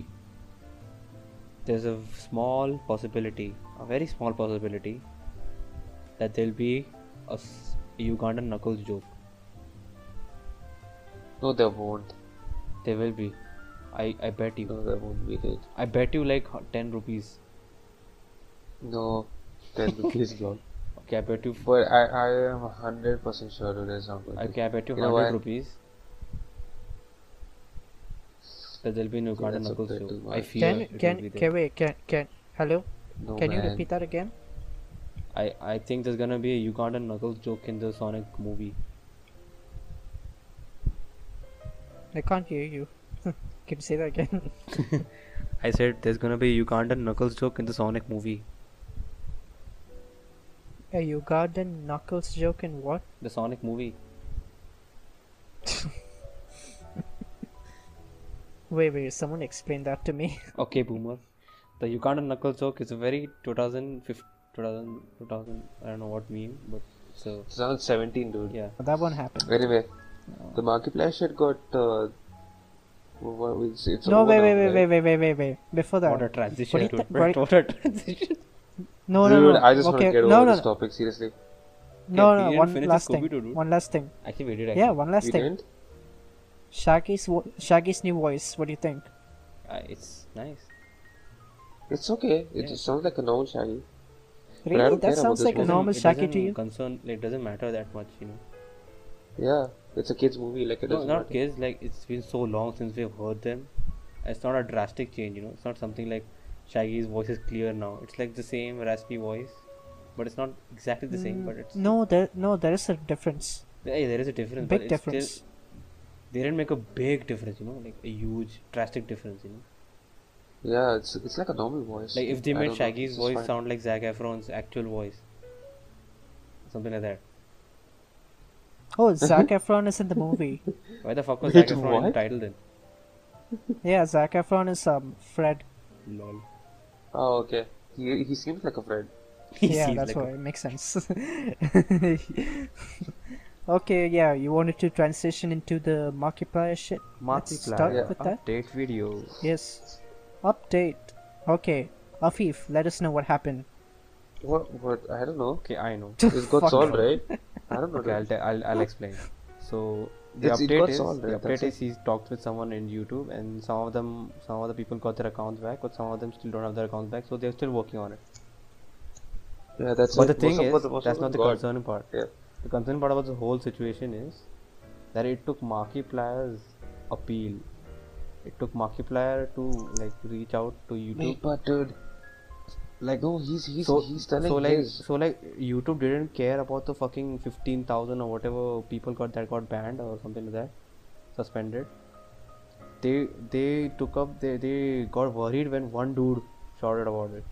Speaker 1: there's a small possibility, a very small possibility, that there'll be a s- Ugandan knuckles joke.
Speaker 2: No, there won't.
Speaker 1: There will be. I I bet you.
Speaker 2: No, there won't be good.
Speaker 1: I bet you like h- ten rupees.
Speaker 2: No, then please go.
Speaker 1: Okay, I bet you. f-
Speaker 2: [LAUGHS] But I, I am hundred percent sure it is not good.
Speaker 1: Okay, I bet you
Speaker 2: You know
Speaker 1: hundred
Speaker 2: why?
Speaker 1: rupees. That there'll be an Ugandan
Speaker 2: that's a
Speaker 1: knuckles
Speaker 2: bit
Speaker 1: joke.
Speaker 2: too
Speaker 1: I
Speaker 2: much.
Speaker 1: feel
Speaker 3: Can
Speaker 1: it'll
Speaker 3: can
Speaker 1: be there.
Speaker 3: can wait can can hello?
Speaker 2: No,
Speaker 3: can you
Speaker 2: man.
Speaker 3: repeat that again?
Speaker 1: I I think there's gonna be a Ugandan knuckles joke in the Sonic movie.
Speaker 3: I can't hear you. [LAUGHS] can you say that again? [LAUGHS]
Speaker 1: I said there's gonna be a Ugandan knuckles joke in the Sonic movie.
Speaker 3: A Ugandan knuckles joke and what?
Speaker 1: The Sonic movie.
Speaker 3: Wait, wait. Someone explain that to me. [LAUGHS]
Speaker 1: Okay, boomer. The Ugandan knuckles joke is a very 2015, 2000, 2000 I don't know what meme, but so
Speaker 2: 2017, dude.
Speaker 1: yeah.
Speaker 3: that won't happen.
Speaker 2: Anyway, the Markiplier shit got. Uh, what, it's, it's
Speaker 3: No,
Speaker 2: over
Speaker 3: wait,
Speaker 2: now,
Speaker 3: wait, wait,
Speaker 2: right?
Speaker 3: wait, wait, wait, wait, wait. Before that,
Speaker 1: What a transition,
Speaker 3: What do you
Speaker 1: dude.
Speaker 3: thi- what-
Speaker 1: [LAUGHS] What a transition.
Speaker 2: Dude,
Speaker 3: no, no, no.
Speaker 2: I just want
Speaker 3: okay,
Speaker 2: to get
Speaker 3: no,
Speaker 2: over
Speaker 3: no,
Speaker 2: this topic seriously.
Speaker 3: no,
Speaker 1: we
Speaker 3: no, no.
Speaker 1: didn't
Speaker 3: One
Speaker 1: finish
Speaker 3: last
Speaker 1: the
Speaker 3: thing.
Speaker 1: Scooby-Doo, dude.
Speaker 3: One last thing.
Speaker 1: Actually, we did. Actually.
Speaker 3: Yeah, one last
Speaker 2: You
Speaker 3: thing.
Speaker 2: didn't?
Speaker 3: Shaggy's wo- Shaggy's new voice. What do you think?
Speaker 1: Uh, it's nice.
Speaker 2: It's okay. It
Speaker 1: Yeah.
Speaker 2: sounds like a normal Shaggy. I
Speaker 3: Really,
Speaker 2: don't care
Speaker 3: that
Speaker 2: about
Speaker 3: sounds
Speaker 2: this
Speaker 3: like a
Speaker 2: movie.
Speaker 3: normal
Speaker 1: It
Speaker 3: Shaggy to
Speaker 1: doesn't
Speaker 3: you.
Speaker 1: Concern. It doesn't matter that much, you know.
Speaker 2: Yeah, it's a kids movie. Like it
Speaker 1: No,
Speaker 2: doesn't
Speaker 1: not
Speaker 2: matter.
Speaker 1: kids. Like it's been so long since we've heard them. It's not a drastic change, you know. It's not something like Shaggy's voice is clear now. It's like the same raspy voice, but it's not exactly the same. But it's
Speaker 3: Mm, No, there, no, there is a difference.
Speaker 1: Hey, there is a difference. but
Speaker 3: Big
Speaker 1: it's still-
Speaker 3: difference.
Speaker 1: they didn't make a big difference, you know, like a huge, drastic difference, you know.
Speaker 2: Yeah, it's it's like a normal voice.
Speaker 1: Like if they
Speaker 2: I
Speaker 1: made
Speaker 2: don't know,
Speaker 1: Shaggy's
Speaker 2: it's
Speaker 1: voice
Speaker 2: fine.
Speaker 1: sound like Zac Efron's actual voice, something like that.
Speaker 3: Oh, Zac Efron is in the movie.
Speaker 1: Why the fuck was
Speaker 2: Wait,
Speaker 1: Zac Efron in
Speaker 2: what?
Speaker 1: the title then?
Speaker 3: Yeah, Zac Efron is um Fred.
Speaker 1: Lol.
Speaker 2: Oh, okay. He he seems like a friend. [LAUGHS]
Speaker 1: He
Speaker 3: yeah,
Speaker 1: seems
Speaker 3: that's
Speaker 1: like a-
Speaker 3: why it makes sense. [LAUGHS] okay, yeah, you wanted to transition into the Markiplier shit. Let's
Speaker 1: Multiplier
Speaker 3: start
Speaker 2: yeah. Uh-huh.
Speaker 3: with that.
Speaker 1: update video.
Speaker 3: Yes. Update. Okay, Afif, let us know what happened. [LAUGHS]
Speaker 2: What what? I don't
Speaker 1: [LAUGHS]
Speaker 2: know.
Speaker 1: Okay, I know.
Speaker 2: It got
Speaker 3: Fuck
Speaker 2: solved,
Speaker 3: no.
Speaker 2: right? I don't know.
Speaker 1: Okay, [LAUGHS] I'll,
Speaker 2: dude.
Speaker 1: te- I'll, I'll explain. So the
Speaker 2: It's- it
Speaker 1: update
Speaker 2: got
Speaker 1: is
Speaker 2: solved,
Speaker 1: the
Speaker 2: right?
Speaker 1: update
Speaker 2: That's
Speaker 1: is he's talked with someone in YouTube, and some of them, some of the people got their accounts back, but some of them still don't have their accounts back, so they're still working on it.
Speaker 2: Yeah, that's
Speaker 1: But the
Speaker 2: it.
Speaker 1: thing
Speaker 2: Most of
Speaker 1: is,
Speaker 2: us- most of
Speaker 1: that's
Speaker 2: us
Speaker 1: not the
Speaker 2: got-
Speaker 1: concerning part.
Speaker 2: Yeah.
Speaker 1: The concerning part about the whole situation is that it took Markiplier's appeal. It took Markiplier to like reach out to YouTube.
Speaker 2: Wait, but dude,
Speaker 1: Like
Speaker 2: no, he's he's
Speaker 1: so,
Speaker 2: he's telling
Speaker 1: so like
Speaker 2: his.
Speaker 1: so like YouTube didn't care about the fucking fifteen thousand or whatever people got that got banned or something like that, suspended. They they took up they they got worried when one dude shouted about it.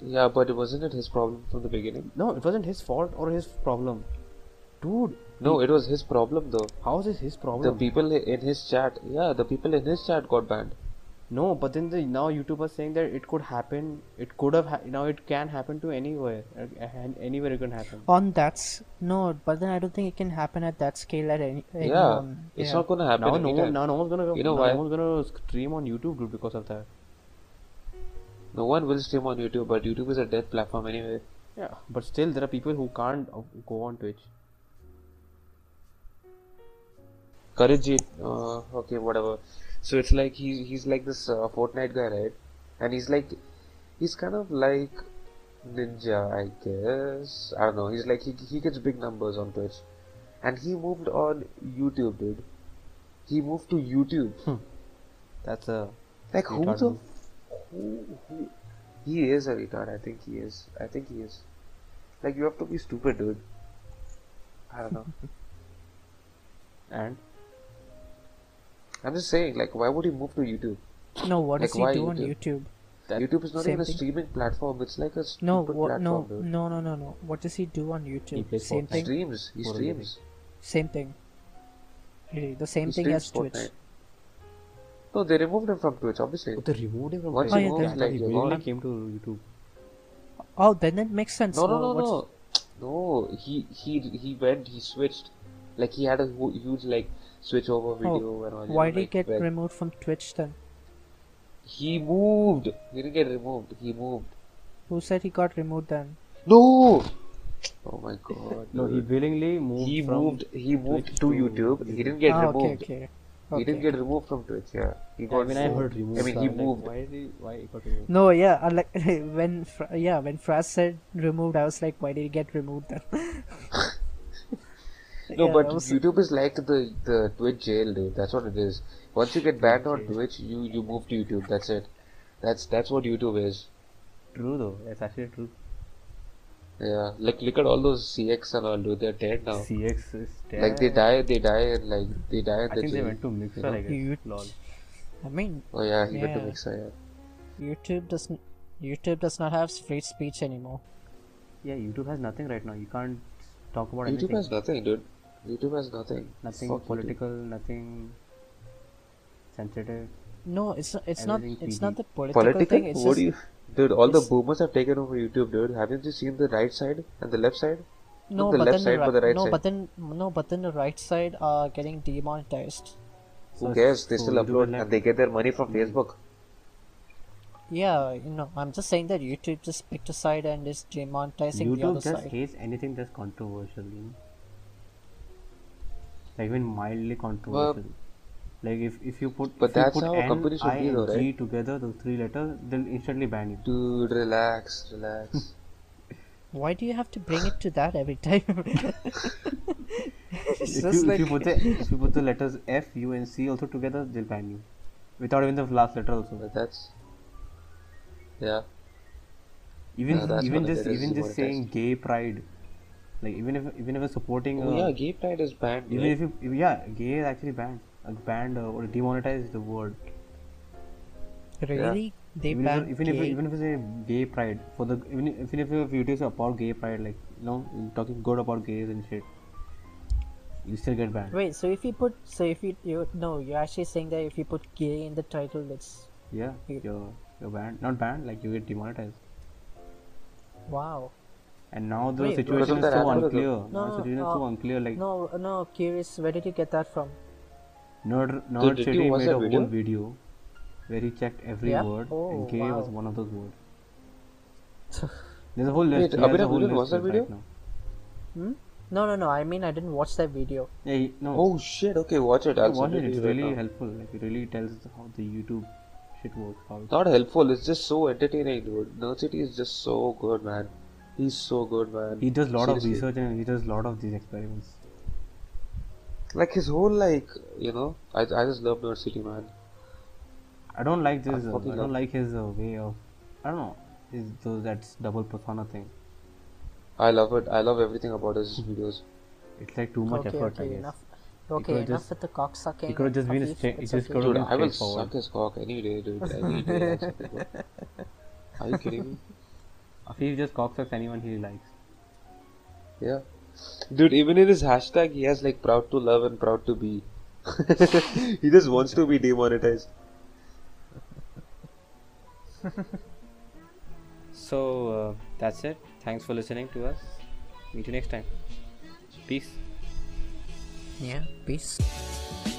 Speaker 2: Yeah, but wasn't it his problem from the beginning?
Speaker 1: No, it wasn't his fault or his problem, dude.
Speaker 2: No, it was his problem though.
Speaker 1: How is this his
Speaker 2: The
Speaker 1: problem?
Speaker 2: people in his chat, yeah, the people in his chat got banned.
Speaker 1: no, but then the now YouTube is saying that it could happen. It could have ha- now it can happen to anywhere, uh, and anywhere it can happen.
Speaker 3: On that, s- no, but then I don't think it can happen at that scale at any.
Speaker 2: yeah,
Speaker 3: anyone.
Speaker 2: it's
Speaker 3: yeah.
Speaker 2: not gonna happen.
Speaker 1: um, Now no, one,
Speaker 2: anytime.
Speaker 1: now no one's gonna
Speaker 2: You know
Speaker 1: now
Speaker 2: why?
Speaker 1: no one's gonna stream on YouTube dude, because of that.
Speaker 2: No one will stream on YouTube, but YouTube is a dead platform anyway.
Speaker 1: Yeah, but still, there are people who can't uh, go on Twitch.
Speaker 2: Karajit, uh, okay, whatever. So it's like he he's like this uh, Fortnite guy, right? And he's like he's kind of like ninja, I guess. I don't know. He's like he he gets big numbers on Twitch, and he moved on YouTube, dude. He moved to YouTube.
Speaker 1: Hmm. That's a
Speaker 2: Like who
Speaker 1: Retard
Speaker 2: the
Speaker 1: move.
Speaker 2: who, who he is a retard, I think he is. I think he is. Like you have to be stupid dude. I
Speaker 3: [LAUGHS]
Speaker 2: don't know.
Speaker 1: and
Speaker 2: I'm just saying, like why would he move to YouTube?
Speaker 3: No, what
Speaker 2: Like,
Speaker 3: does he
Speaker 2: why
Speaker 3: do on
Speaker 2: YouTube?
Speaker 3: YouTube?
Speaker 1: That-
Speaker 2: YouTube is not
Speaker 3: same
Speaker 2: even a
Speaker 3: thing.
Speaker 2: streaming platform, it's like a stupid
Speaker 3: No, what?
Speaker 2: platform,
Speaker 3: No,
Speaker 2: dude.
Speaker 3: no, no, no, no. What does he do on YouTube?
Speaker 1: plays
Speaker 3: Same
Speaker 1: Fortnite.
Speaker 2: He
Speaker 3: thing.
Speaker 2: streams, he
Speaker 1: For a
Speaker 2: streams.
Speaker 3: Same thing. Really, the same
Speaker 2: He
Speaker 3: thing
Speaker 2: streams
Speaker 3: as Twitch.
Speaker 2: Fortnite. No, they removed him from Twitch, obviously.
Speaker 1: they removed him from
Speaker 2: Once
Speaker 1: Twitch.
Speaker 3: he Oh,
Speaker 1: I
Speaker 3: yeah, moves,
Speaker 1: thought
Speaker 2: like,
Speaker 1: he
Speaker 2: you're
Speaker 1: willingly
Speaker 2: gone.
Speaker 1: came to YouTube.
Speaker 3: Oh, then it makes sense.
Speaker 2: No, no,
Speaker 3: Oh,
Speaker 2: no,
Speaker 3: what's-
Speaker 2: no. No, he he he went. He switched. Like he had a hu- huge like switch over
Speaker 3: Oh,
Speaker 2: video and all. you
Speaker 3: Why
Speaker 2: know,
Speaker 3: did he
Speaker 2: like,
Speaker 3: get
Speaker 2: where-
Speaker 3: removed from Twitch then?
Speaker 2: He moved. He didn't get removed. He moved.
Speaker 3: Who said he got removed then?
Speaker 2: No. Oh my god.
Speaker 1: No, he
Speaker 2: dude.
Speaker 1: willingly moved.
Speaker 2: he
Speaker 1: from
Speaker 2: moved. He moved
Speaker 1: Twitch
Speaker 2: to
Speaker 1: to
Speaker 2: YouTube. He
Speaker 1: YouTube.
Speaker 2: didn't get
Speaker 3: ah,
Speaker 2: removed.
Speaker 3: okay, okay.
Speaker 2: He didn't
Speaker 3: Okay.
Speaker 2: get removed from Twitch. Yeah. He
Speaker 1: Yeah,
Speaker 2: got.
Speaker 1: I mean, I heard
Speaker 2: removed.
Speaker 1: removed.
Speaker 2: I mean,
Speaker 1: so
Speaker 2: he
Speaker 1: I'm like,
Speaker 2: moved.
Speaker 1: why did he? Why he got removed?
Speaker 3: No, yeah, I like [LAUGHS] when Fra- yeah when Fraz said removed, I was like, why did he get removed then? [LAUGHS]
Speaker 2: No,
Speaker 3: Yeah,
Speaker 2: but
Speaker 3: that was-
Speaker 2: YouTube is like the the Twitch jail, dude. That's what it is. Once you get banned on Twitch, you you move to YouTube. That's it. That's that's what YouTube is.
Speaker 1: True though, that's actually true.
Speaker 2: Yeah, like look at all those CX and all, dude. They're dead now.
Speaker 1: CX is dead.
Speaker 2: Oh. Like they die, they die, and like they die. And
Speaker 1: I think they went to
Speaker 2: you
Speaker 1: Mixer.
Speaker 2: know?
Speaker 1: I guess.
Speaker 3: You-
Speaker 1: Lol.
Speaker 3: I mean,
Speaker 2: Oh yeah, he went to
Speaker 3: Yeah.
Speaker 2: Mixer.
Speaker 3: YouTube doesn't YouTube does not have free speech anymore.
Speaker 1: Yeah, YouTube has nothing right now. You can't talk about
Speaker 2: Yeah.
Speaker 1: anything.
Speaker 2: YouTube has nothing, dude. YouTube has nothing.
Speaker 1: nothing
Speaker 2: Fuck YouTube.
Speaker 1: political, nothing sensitive.
Speaker 3: No, it's not. It's not.
Speaker 1: Everything
Speaker 3: It's
Speaker 1: PG.
Speaker 3: not the political,
Speaker 2: Political?
Speaker 3: thing. It's
Speaker 2: what
Speaker 3: just
Speaker 2: do you? Dude, all the
Speaker 3: it's-
Speaker 2: boomers have taken over YouTube, dude. Haven't you seen the right side and the left side?
Speaker 3: no.
Speaker 2: the
Speaker 3: but
Speaker 2: left
Speaker 3: then
Speaker 2: side,
Speaker 3: the
Speaker 2: but the right
Speaker 3: no,
Speaker 2: side.
Speaker 3: but then no, but then the right side are getting demonetized.
Speaker 2: Who cares? They
Speaker 1: so
Speaker 2: still
Speaker 1: YouTube will
Speaker 2: upload
Speaker 1: not-
Speaker 2: and they get their money
Speaker 3: Mm.
Speaker 2: from Facebook.
Speaker 3: Yeah, you know, I'm just saying that YouTube just picked a side and is demonetizing the
Speaker 1: YouTube
Speaker 3: other
Speaker 1: just
Speaker 3: side.
Speaker 1: hates anything that's controversial, you know. Like even mildly
Speaker 2: Well,
Speaker 1: controversial. like if, if you put
Speaker 2: but
Speaker 1: if you
Speaker 2: that's
Speaker 1: put
Speaker 2: how a
Speaker 1: N,
Speaker 2: company should
Speaker 1: I,
Speaker 2: be though,
Speaker 1: and G
Speaker 2: right?
Speaker 1: together, those three letters, they'll instantly ban
Speaker 2: [LAUGHS]
Speaker 1: you.
Speaker 2: Dude, relax,
Speaker 3: Hmm.
Speaker 2: relax.
Speaker 3: Why do you have to bring it to that
Speaker 1: [LAUGHS]
Speaker 3: every time? [LAUGHS] it's
Speaker 1: If
Speaker 3: just
Speaker 1: you,
Speaker 3: like
Speaker 1: if you put the if you put the letters F, U, and C also together, they'll ban you. Without even the last letter also.
Speaker 2: but that's yeah.
Speaker 1: Even
Speaker 2: Yeah, that's
Speaker 1: even
Speaker 2: what it
Speaker 1: just
Speaker 2: is,
Speaker 1: even just
Speaker 2: demonetized.
Speaker 1: saying gay pride, like even if even if it's supporting.
Speaker 2: Oh
Speaker 1: uh,
Speaker 2: yeah, gay pride is banned.
Speaker 1: Even
Speaker 2: right?
Speaker 1: if you, if- yeah, gay is actually banned, uh, banned uh, or demonetized the word.
Speaker 3: really They
Speaker 1: even
Speaker 3: banned
Speaker 1: if, even if
Speaker 3: gay-
Speaker 1: even if it's a gay pride for the even if, even if your videos are about gay pride, like you know, talking good about gays and shit, you still get banned.
Speaker 3: Wait, so if you put, so if you, you no, you're actually saying that if you put gay in the title, it's
Speaker 1: Yeah,
Speaker 3: You-
Speaker 1: you're you're banned. Not banned, like you get demonetized.
Speaker 3: wow.
Speaker 1: And now the
Speaker 3: Wait,
Speaker 2: because
Speaker 1: situation
Speaker 2: of
Speaker 1: is
Speaker 2: that
Speaker 1: so unclear.
Speaker 2: algorithm.
Speaker 1: now
Speaker 3: no,
Speaker 1: the situation is so
Speaker 3: uh,
Speaker 1: unclear. Like
Speaker 3: No, no, curious, where did you get that from?
Speaker 1: Nerd
Speaker 2: So
Speaker 1: Nerd
Speaker 2: did
Speaker 1: Shetty
Speaker 2: you watch
Speaker 1: made a
Speaker 2: that video?
Speaker 1: whole video where he checked every
Speaker 3: Yeah?
Speaker 1: word,
Speaker 3: Oh,
Speaker 1: and gay was
Speaker 3: wow.
Speaker 1: one of those
Speaker 2: [LAUGHS]
Speaker 1: words. There's a whole list.
Speaker 2: Wait,
Speaker 1: he has
Speaker 2: Abhinav,
Speaker 1: a whole
Speaker 2: you didn't
Speaker 1: list
Speaker 2: watch that
Speaker 1: right
Speaker 2: video?
Speaker 1: now.
Speaker 3: Hmm? No, no, no, I mean, I didn't watch that video.
Speaker 1: Yeah, he, no.
Speaker 2: Oh shit! Okay, watch it.
Speaker 1: Yeah,
Speaker 2: I'll
Speaker 1: watch
Speaker 2: send
Speaker 1: it.
Speaker 2: it
Speaker 1: It's
Speaker 2: to you right
Speaker 1: really
Speaker 2: now.
Speaker 1: helpful. Like it really tells how the YouTube shit works. How it-
Speaker 2: It's Not helpful. It's just so entertaining, dude. Nerd City is just so good, man. He's so good, man.
Speaker 1: he does a lot of
Speaker 2: Seriously.
Speaker 1: research and he does a lot of these experiments.
Speaker 2: Like his whole like, you know, I I just love Nerd City, man.
Speaker 1: I don't like this.
Speaker 2: I
Speaker 1: Uh, I
Speaker 2: fucking
Speaker 1: don't
Speaker 2: love-
Speaker 1: like his uh, way of. I don't know. Is those that's double persona thing?
Speaker 2: I love it. I love everything about his videos.
Speaker 1: It's like too much
Speaker 3: okay,
Speaker 1: effort.
Speaker 3: okay,
Speaker 1: I guess.
Speaker 3: enough.
Speaker 1: could've
Speaker 3: Okay, enough
Speaker 1: just-
Speaker 3: with the cocksucking.
Speaker 1: he could've just been a
Speaker 3: Afif,
Speaker 1: straight- he
Speaker 3: it's
Speaker 1: just
Speaker 3: okay.
Speaker 1: could've-
Speaker 2: Dude,
Speaker 1: Golden
Speaker 2: I will
Speaker 1: straightforward.
Speaker 2: suck his cock any day, dude. Any day. I'll suck his cock. Are you kidding me?
Speaker 1: Afif just cocksucks anyone he likes.
Speaker 2: Yeah. Dude, even in his hashtag, he has like proud to love and proud to be. he just wants to be demonetized.
Speaker 4: So uh, that's it. Thanks for listening to us. Meet you next time. Peace.
Speaker 3: Yeah, peace.